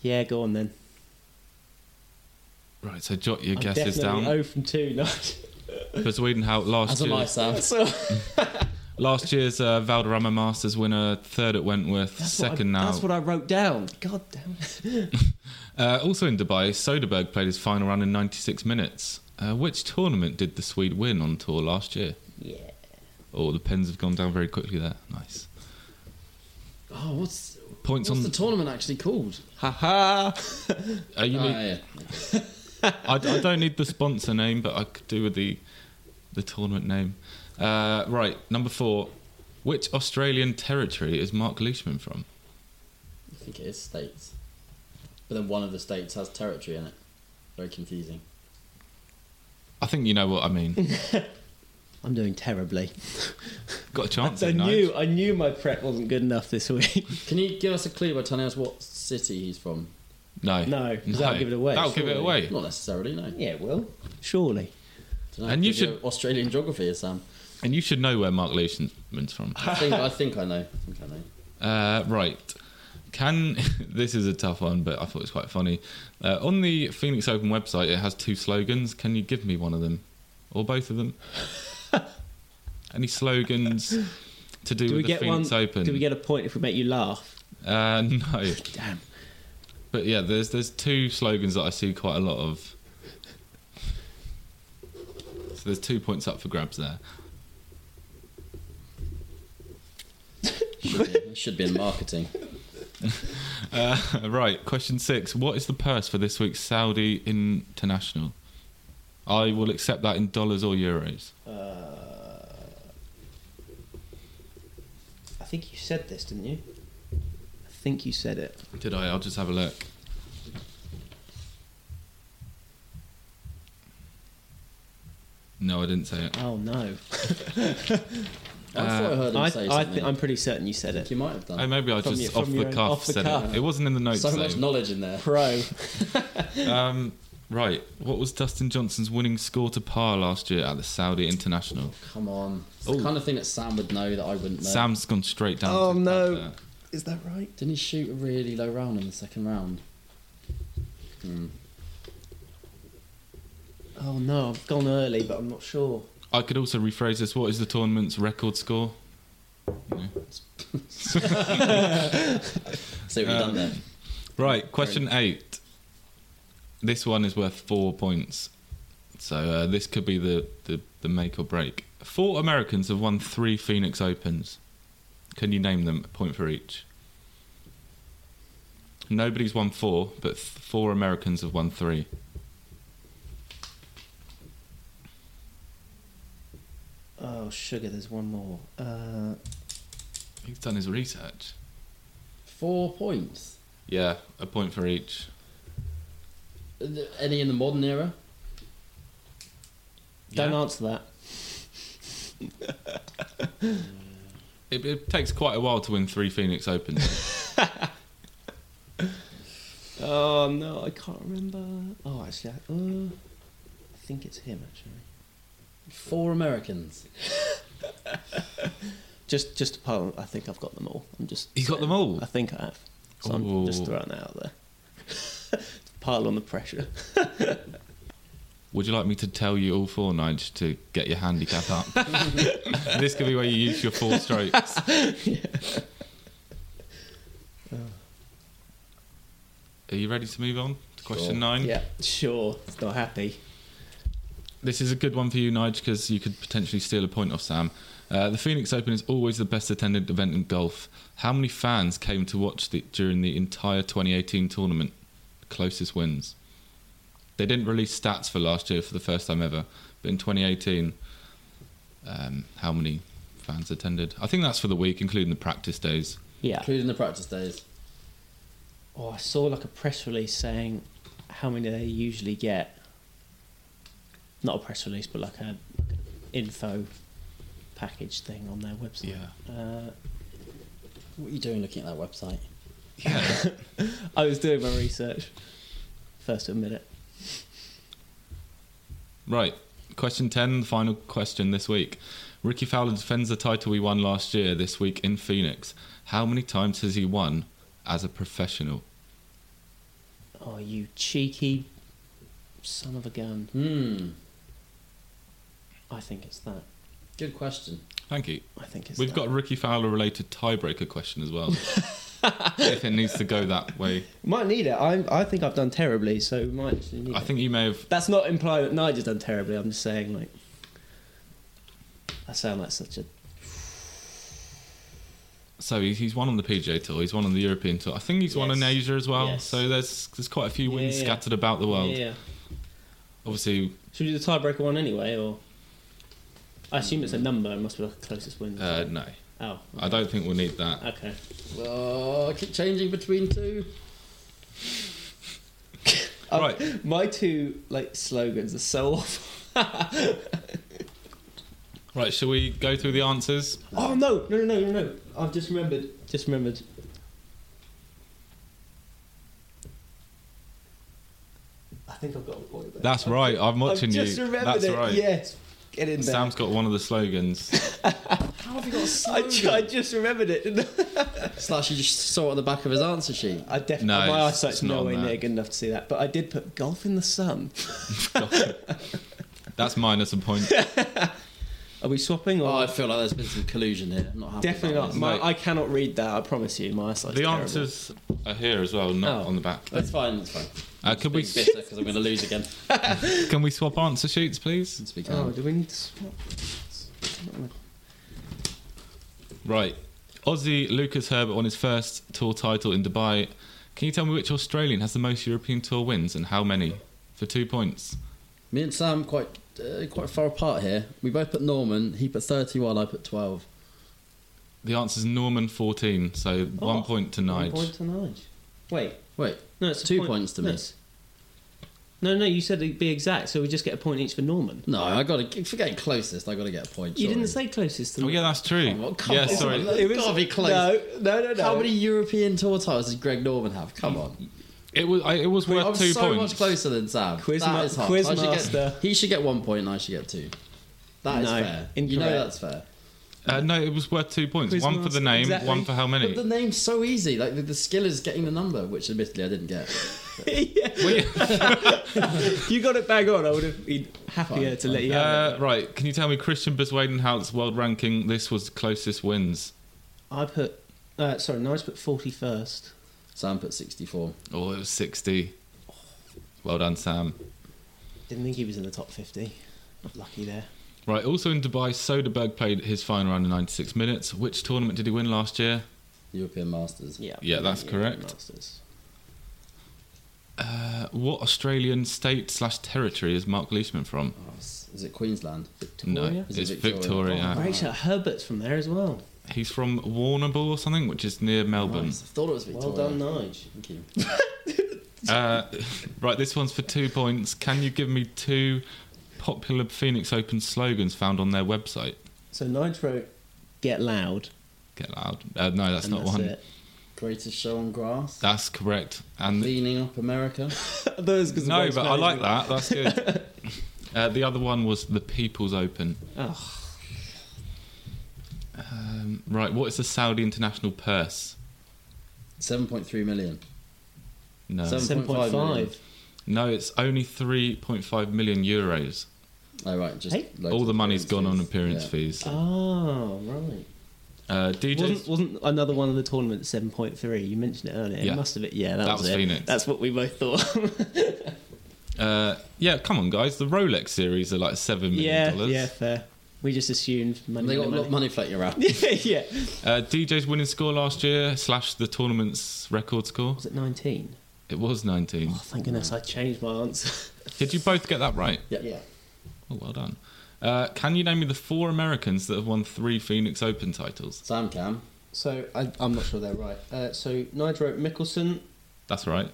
C: Yeah, go on then.
A: Right, so jot your
C: I'm
A: guesses
C: definitely
A: down.
C: Oh, from two. Not.
A: Bezwadenhout last
D: As am I, Oh,
A: year,
D: Sam.
C: So,
A: last year's uh, Valderrama Masters winner, third at Wentworth, second
C: what I,
A: now.
C: That's what I wrote down. God damn it.
A: Uh, also in Dubai, Soderberg played his final round in 96 minutes. Uh, which tournament did the Swede win on tour last year?
C: Yeah.
A: Oh, the pens have gone down very quickly there. Nice.
D: Oh, what's
A: Points
D: what's
A: on.
D: the tournament actually called?
C: Haha.
A: uh, you
D: Ah,
A: need,
D: yeah.
A: I, I don't need the sponsor name, but I could do with the the tournament name. Uh, right, number four. Which Australian territory is Mark Leishman from?
D: I think it is states, but then one of the states has territory in it. Very confusing.
A: I think you know what I mean.
C: I'm doing terribly.
A: Got a chance.
C: I
A: at
C: knew I knew my prep wasn't good enough this week.
D: Can you give us a clue by telling us what city he's from?
A: No.
C: No, 'cause that'll give it away,
A: That'll give it
C: surely.
A: away.
D: Not necessarily, no.
C: yeah, well, surely.
D: Dunno,
A: And you
D: give
A: should-
D: Australian geography is Sam.
A: And you should know where Mark Leishman's from.
D: I think I think I know. I think I know.
A: Uh, right. Can this is a tough one, but I thought it was quite funny. Uh, on the Phoenix Open website, it has two slogans. Can you give me one of them, or both of them? Any slogans to do,
C: Do we
A: with the
C: get
A: Phoenix
C: one?
A: Open?
C: Do we get a point if we make you laugh?
A: Uh, no,
C: Damn.
A: but yeah, there's there's two slogans that I see quite a lot of. So there's two points up for grabs there.
D: Should be, it should be in marketing.
A: Uh, right, question six. What is the purse for this week's Saudi international? I will accept that in dollars or euros.
C: I think you said this, didn't you? I think you said it.
A: Did I? I'll just have a look. No, I didn't say it.
C: Oh no.
D: I thought I heard him
C: Uh, I,
D: say
C: I
D: something.
C: think I'm pretty certain you said
D: I think
C: it.
D: you might have done.
A: Oh, maybe I
C: From
A: just
C: your-
A: off
C: from
A: the
C: your own-
A: cuff
C: off the
A: said
C: cuff.
A: it. It wasn't in the notes.
D: so
A: though.
D: much knowledge in there.
C: Pro.
A: um, right. What was Dustin Johnson's winning score to par last year at the Saudi International?
D: Come on, it's the
A: Ooh.
D: kind of thing that Sam would know that I wouldn't know.
A: Sam's gone straight down.
C: Oh,
A: to the
C: no.
A: back
C: Is that right?
D: didn't he shoot a really low round in the second round? Hmm.
C: Oh no, I've gone early, but I'm not sure.
A: there. I could also rephrase this. What is the tournament's record score?
D: See what you've done there.
A: Right, question eight. This one is worth four points. So uh, this could be the, the, the make or break. Four Americans have won three Phoenix Opens. Can you name them? A point for each. Nobody's won four, but th- four Americans have won three.
C: Oh sugar, there's one more. Uh,
A: He's done his research.
D: Four points.
A: Yeah, a point for each.
D: Any in the modern era?
C: don't
A: Yeah.
C: answer that.
A: It, it takes quite a while to win three Phoenix Opens.
C: Oh no, I can't remember. Oh, actually, I, uh, I think it's him. Actually,
D: Four Americans.
C: just just to poll, I think I've got them all. I'm just.
A: He's got them all?
C: I think I have. So I'm just
A: Ooh.
C: throwing that out there. pile on the pressure.
A: Would you like me to tell you all four, Nige, to get your handicap up? this could be where you use your four strokes. Are you ready to move on to question
D: Sure.
A: nine?
C: yeah, sure. Still happy.
A: This is a good one for you, Nige, because you could potentially steal a point off Sam. Uh, the Phoenix Open is always the best attended event in golf. How many fans came to watch the, during the entire 2018 tournament? Closest wins. They didn't release stats for last year for the first time ever, But in 2018, um, how many fans attended? I think that's for the week, including the practice days.
C: Yeah.
D: including the practice days.
C: Oh, I saw like a press release saying how many they usually get. Not a press release, but like a info package thing on their website. Uh,
D: What are you doing looking at that website?
C: I was doing my research. First to admit it.
A: Right. Question 10, the final question this week. Ricky Fowler defends the title he won last year this week in Phoenix. How many times has he won as a professional?
C: Oh, you cheeky son of a gun!
D: Hmm.
C: I think it's that.
D: Good question.
A: Thank you.
C: I think it's.
A: We've
C: that.
A: got a Ricky Fowler related tiebreaker question as well. if it needs to go that way.
C: Might need it. I I think I've done terribly, so we might. Actually need
A: I
C: it.
A: think you may have.
C: That's not implying that Nigel's done terribly. I'm just saying, like, I sound like such a.
A: So he's, he's won on the PGA Tour, he's won on the European Tour. I think he's won in
C: Yes.
A: Asia as well.
C: Yes.
A: So there's there's quite a few
C: Yeah,
A: wins
C: yeah.
A: scattered about the world.
C: Yeah.
A: Obviously,
C: Should we do the tiebreaker one anyway, or? I assume it's a number. It must be like the closest win.
A: uh, no.
C: oh.
A: I don't think we'll need that.
C: Okay.
D: Oh, I keep changing between two.
A: Right.
C: Um, My two like slogans are so off.
A: Right, shall we go through the answers?
C: Oh no! No! No! No! No! I've just remembered. Just remembered. I think I've got a point there.
A: That's right. I'm watching
C: I've
A: you.
C: just remembered
A: That's
C: it.
A: right.
C: Yes. Get in there.
A: Sam's got one of the slogans.
D: How have you got a
C: I, ju- I
D: slogan?
C: just remembered it. didn't I?
D: It's like she just saw it on the back of his answer sheet.
C: I definitely
A: No,
C: my
A: it's-
C: eyesight's
A: it's not
C: no
A: on
C: way
A: that.
C: near good enough to see that, but I did put golf in the sun.
A: That's minus a point.
C: Are we swapping? Or
D: Oh, I feel like there's been some collusion here. I'm not happy.
C: definitely
D: about
C: not.
D: this.
C: My,
A: No.
C: I cannot read that. I promise you, my eyesight's
A: the
C: terrible.
A: answers are here as well, not
C: Oh.
A: on the back.
D: It's fine. It's fine.
A: Uh, could we
D: Being bitter because I'm going to lose again.
A: can we swap answer sheets, please?
D: Since we
C: Oh,
D: can.
C: do we need to swap?
A: Right, Aussie Lucas Herbert won his first tour title in Dubai. Can you tell me which Australian has the most European Tour wins and how many? For two points.
D: Me and Sam quite uh, quite far apart here. We both put Norman. He put 31. I put 12.
A: The answer's Norman 14, so
C: Oh,
A: one point to Nige.
C: One point to Nige. Wait,
D: Wait,
C: no, it's a
D: Two
C: point-
D: points to
C: no,
D: me.
C: it's- No, no, you said it'd be exact, so we just get a point each for Norman.
D: no. I got to for getting closest. I got to get a point.
C: You didn't
D: surely.
C: say closest to
A: Oh, yeah,
C: Norman.
A: that's true.
D: Come on, come
A: yeah,
D: on.
A: sorry.
D: It's gotta be close.
C: No, no, no, no.
D: How many European tour titles did Greg Norman have? Come on.
A: It was, I, it was
D: I'm
A: worth two
D: so
A: points.
D: much closer than Sam.
C: Quiz
D: That
C: ma-
D: is hard.
C: quiz
D: I should
C: master.
D: Get, he should get one point and I should get two. That is
C: No,
D: fair. You know
C: incorrect.
D: that's fair.
A: Uh, no, it was worth two points.
C: Quiz
A: One for the
C: master,
A: name,
C: exactly.
A: one for how many.
D: But the name's so easy. Like the, the skill is getting the number, which admittedly I didn't get.
C: Yeah.
A: Well, yeah.
C: you got it bang on. I would have been happier
D: Fine,
C: to let you have it.
A: Uh, right, can you tell me Christian Beswadenhout's world ranking? This was closest wins.
C: I put, uh, sorry, Nige put 41st.
D: Sam put 64.
A: Oh, it was 60. Well done, Sam.
C: Didn't think he was in the top 50. Lucky there.
A: Right, also in Dubai, Soderberg played his final round in 96 minutes. Which tournament did he win last year?
D: European Masters.
C: Yeah.
A: Yeah, that's correct.
C: Masters.
A: Uh, what Australian state slash territory is Mark Leishman from?
D: Oh, s- is it Queensland?
A: No,
C: Victoria?
A: it's
D: Is it Victoria?
A: Victoria.
D: Oh,
C: Great shot. Herbert's from there as well.
A: He's from Warrnambool or something, which is near Melbourne.
D: Nice. I thought it was Victoria.
C: Well done, Nige.
D: Thank you.
A: Uh, right, this one's for two points. Can you give me two popular Phoenix Open slogans found on their website?
C: So Nige wrote, get loud.
A: Get loud. Uh, no, that's
C: and
A: not one.
C: It.
D: Greatest show on grass.
A: That's correct. Uh, And
D: Cleaning up America.
C: Those because
A: no, but I like that. That's good. uh, the other one was the People's Open.
C: Oh,
A: Um, right, what is the Saudi international purse?
D: 7.3 million.
A: No,
D: Seven-
C: 7.5.
D: 7.5.
A: no, it's only three point five million euros.
D: Oh, right. Just
C: Hey.
D: loads
A: All
D: of
A: the money's gone on appearance
D: Yeah.
A: fees.
C: Oh, right.
A: Uh, DJs.
C: Wasn't, wasn't another one of the tournament 7.3? You mentioned it earlier.
A: Yeah.
C: It must have been. Yeah, that,
A: That was
C: it.
A: Phoenix.
C: That's what we both thought.
A: Uh, yeah, come on, guys. The Rolex series are like seven million
C: yeah,
A: dollars.
C: yeah, fair. We just assumed money.
D: They got a lot
C: money.
D: of money floating around.
C: yeah, yeah.
A: Uh, DJ's winning score last year slash the tournament's record score.
C: Was it 19?
A: It was 19.
E: Mm.
C: Oh, thank goodness I changed my answer.
A: Did you both get that right?
D: Yeah.
C: yeah.
A: Oh, well done. Uh, can you name me the four Americans that have won three Phoenix Open titles?
D: Sam Cam.
E: So I, I'm not sure they're right. Uh, so Nigel Mickelson,
A: That's right.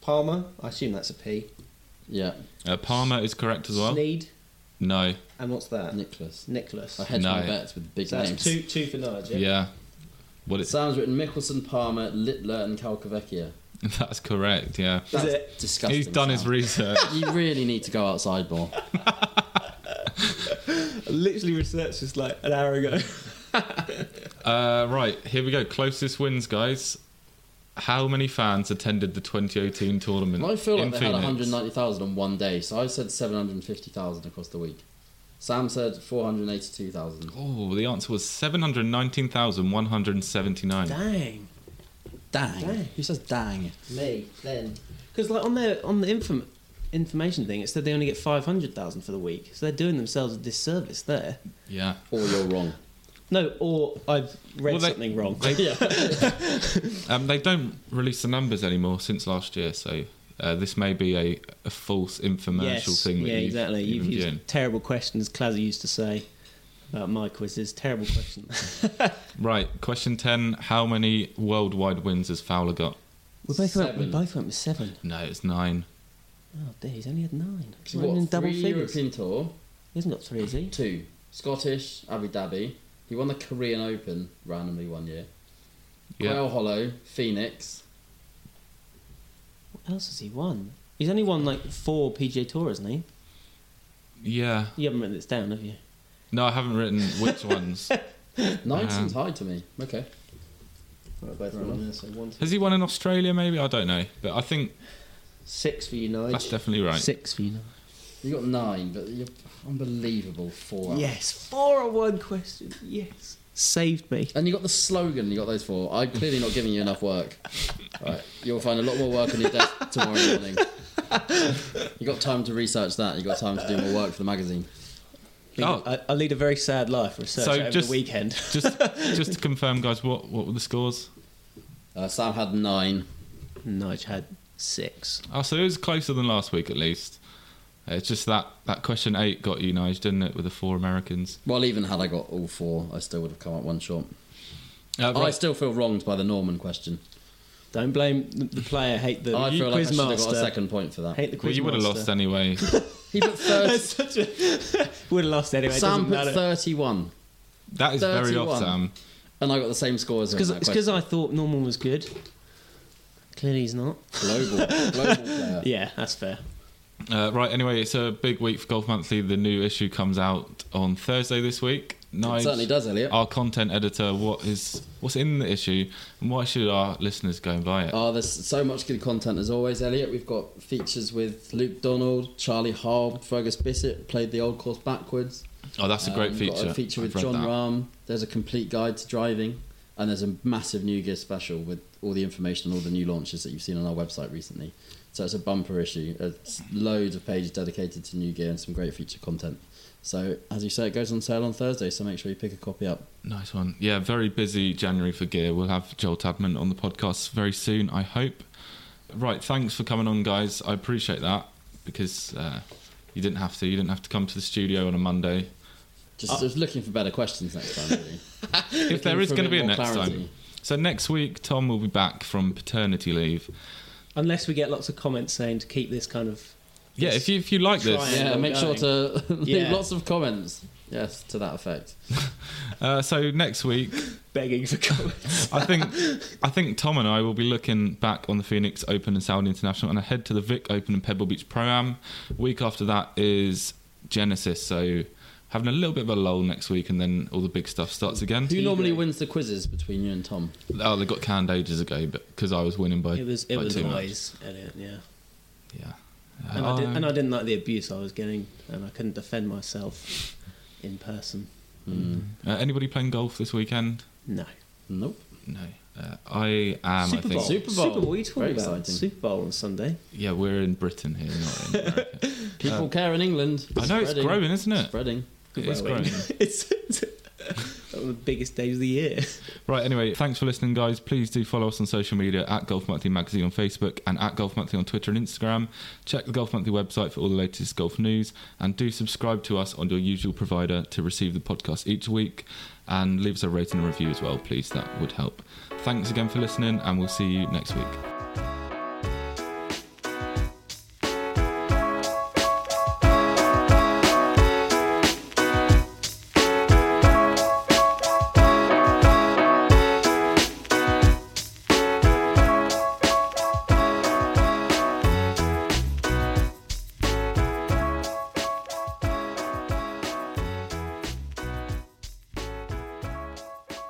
E: Palmer. I assume that's a P.
D: Yeah,
A: Uh, Palmer is correct as well.
E: Sneed.
A: No.
E: And what's that?
D: Nicholas.
E: Nicholas.
D: I hedge my
A: No.
D: bets with big
E: So
D: names.
E: that's two, two for Nigel.
A: Yeah. What it,
D: Sam's written Mickelson, Palmer, Littler, and Calcavecchia.
A: that's correct, yeah.
D: That's
E: it?
D: disgusting.
A: He's done his
D: Sam.
A: research.
D: You really need to go outside more.
E: I literally researched this like an hour ago.
A: Uh, right, here we go. Closest wins, guys. How many fans attended the 2018 tournament?
D: I feel like
A: in
D: they had
A: Phoenix?
D: 190,000 on one day, so I said 750,000 across the week. Sam said 482,000.
A: Oh, the answer was 719,179.
C: Dang.
D: Dang.
C: Dang.
D: Who says dang?
E: Me then.
C: Because like on their on the inform, information thing, it said they only get five hundred thousand for the week, so they're doing themselves a disservice there.
A: Yeah.
D: Or you're wrong.
C: No, or I've read
A: Well, they-
C: something wrong.
A: They, um, they don't release the numbers anymore since last year, so uh, this may be a, a false infomercial
C: yes,
A: thing that
C: yeah,
A: you've
C: exactly.
A: you've
C: You've
A: been
C: used
A: doing.
C: terrible questions, Clazza used to say about my quizzes. Terrible question.
A: Right, question 10. How many worldwide wins has Fowler got?
C: we both went. We
D: Seven.
C: both went with seven.
A: No, it's nine.
C: Oh dear, he's only had nine. He's
D: So
C: not even
D: what,
C: in double
D: three
C: figures.
D: European tour,
C: He hasn't got three, has he?
D: two. Scottish, Abu Dhabi. He won the Korean Open randomly one year.
A: Yeah.
D: Quail Hollow, Phoenix.
C: What else has he won? He's only won like four PGA Tours, hasn't he?
A: Yeah.
C: You haven't written this down, have you?
A: No, I haven't written which ones.
D: Nine
A: Ah.
D: seems high to me. Okay.
E: Right, both
D: Right.
E: wrong. So one, two,
A: Has he won in Australia, maybe? I don't know. But I think
E: six for you, Nigel.
A: that's definitely right.
C: Six for you. Now.
D: You got nine, but you're unbelievable four. out.
C: Yes, four or one question. Yes, saved me.
D: And you got the slogan, you got those four. I'm clearly not giving you enough work. Right, you'll find a lot more work on your desk tomorrow morning. You got time to research that. You got time to do more work for the magazine.
A: Oh.
C: I, I lead a very sad life. Research
A: So
C: over
A: just-
C: the weekend.
A: just just to confirm, guys, what, what were the scores?
D: Uh, Sam had nine.
C: Nige had six.
A: Oh, so it was closer than last week at least. Uh, It's just that, that question eight got you, Nige, didn't it, with the four Americans?
D: Well, even had I got all four, I still would have come up one short.
A: Uh,
D: I
A: right,
D: still feel wronged by the Norman question.
C: Don't blame the the player. Hate the
D: I feel like I should have got a
C: quizmaster.
D: second point for that.
C: Hate the quizmaster.
A: well, you would have lost anyway.
D: He put
C: That's
D: 30,
C: such a would have lost anyway.
D: Sam
C: it doesn't
D: put
C: matter.
D: 31,
A: That is very off,
D: 31.
A: Sam.
D: and I got the same score as him. in that
C: It's because I thought Norman was good. Clearly he's not.
D: question. global, global player.
C: Yeah, that's fair.
A: Uh, right, anyway, it's a big week for Golf Monthly. The new issue comes out on Thursday this week.
D: It
A: Nige,
D: certainly does, Elliot.
A: our content editor, what is what's in the issue, and why should our listeners go and buy it?
D: Oh, there's so much good content as always, Elliot. We've got features with Luke Donald, Charlie Harb, Fergus Bissett played the old course backwards.
A: Oh, that's a great
D: Um,
A: feature.
D: Got a feature with
A: I've read
D: John
A: that.
D: Rahm. There's a complete guide to driving, and there's a massive new gear special with all the information on all the new launches that you've seen on our website recently. So it's a bumper issue. It's loads of pages dedicated to new gear and some great feature content. So as you say, it goes on sale on Thursday. So make sure you pick a copy up.
A: Nice one. Yeah, very busy January for gear. We'll have Joel Tadman on the podcast very soon, I hope. Right, thanks for coming on, guys. I appreciate that because uh, you didn't have to. You didn't have to come to the studio on a Monday.
D: Just,
A: Uh,
D: just looking for better questions next time. Really.
A: if there
D: Looking
A: is
D: for a
A: going to
D: bit
A: be a
D: more
A: next time.
D: clarity.
A: So next week, Tom will be back from paternity leave.
C: Unless we get lots of comments saying to keep this kind of
A: Yeah, if you if you like this,
C: Try it.
D: Yeah,
C: Still
D: make sure to leave
C: Yeah.
D: lots of comments. Yes, to that effect.
A: uh, so next week,
C: begging for comments.
A: I think I think Tom and I will be looking back on the Phoenix Open and Saudi International and ahead to the Vic Open and Pebble Beach Pro Am. Week after that is Genesis, so having a little bit of a lull next week and then all the big stuff starts again.
D: Who normally wins the quizzes between you and Tom?
A: Oh, they got canned ages ago, but because I was winning by
C: it was it
A: by
C: was
A: too much.
C: always Elliot, yeah.
A: yeah.
C: And, I did,
A: Um,
C: and I didn't like the abuse I was getting, and I couldn't defend myself in person.
A: uh, anybody playing golf this weekend?
C: No.
D: Nope.
A: No. Uh, I am. I
C: Super
A: think.
C: Bowl.
D: Super Bowl.
C: Super Bowl. What are you talking
D: Very
C: about?
D: exciting.
C: Super Bowl on Sunday.
A: Yeah, we're in Britain here, not in America.
D: People care in England.
A: Uh, I know it's
D: Spreading.
A: growing, isn't it?
D: Spreading.
A: It is growing.
C: it's, it's- One of the biggest days of the year.
A: Right, anyway, thanks for listening, guys. Please do follow us on social media at Golf Monthly Magazine on Facebook and at Golf Monthly on Twitter and Instagram. Check the Golf Monthly website for all the latest golf news and do subscribe to us on your usual provider to receive the podcast each week and leave us a rating and review as well, please. That would help. Thanks again for listening, and we'll see you next week.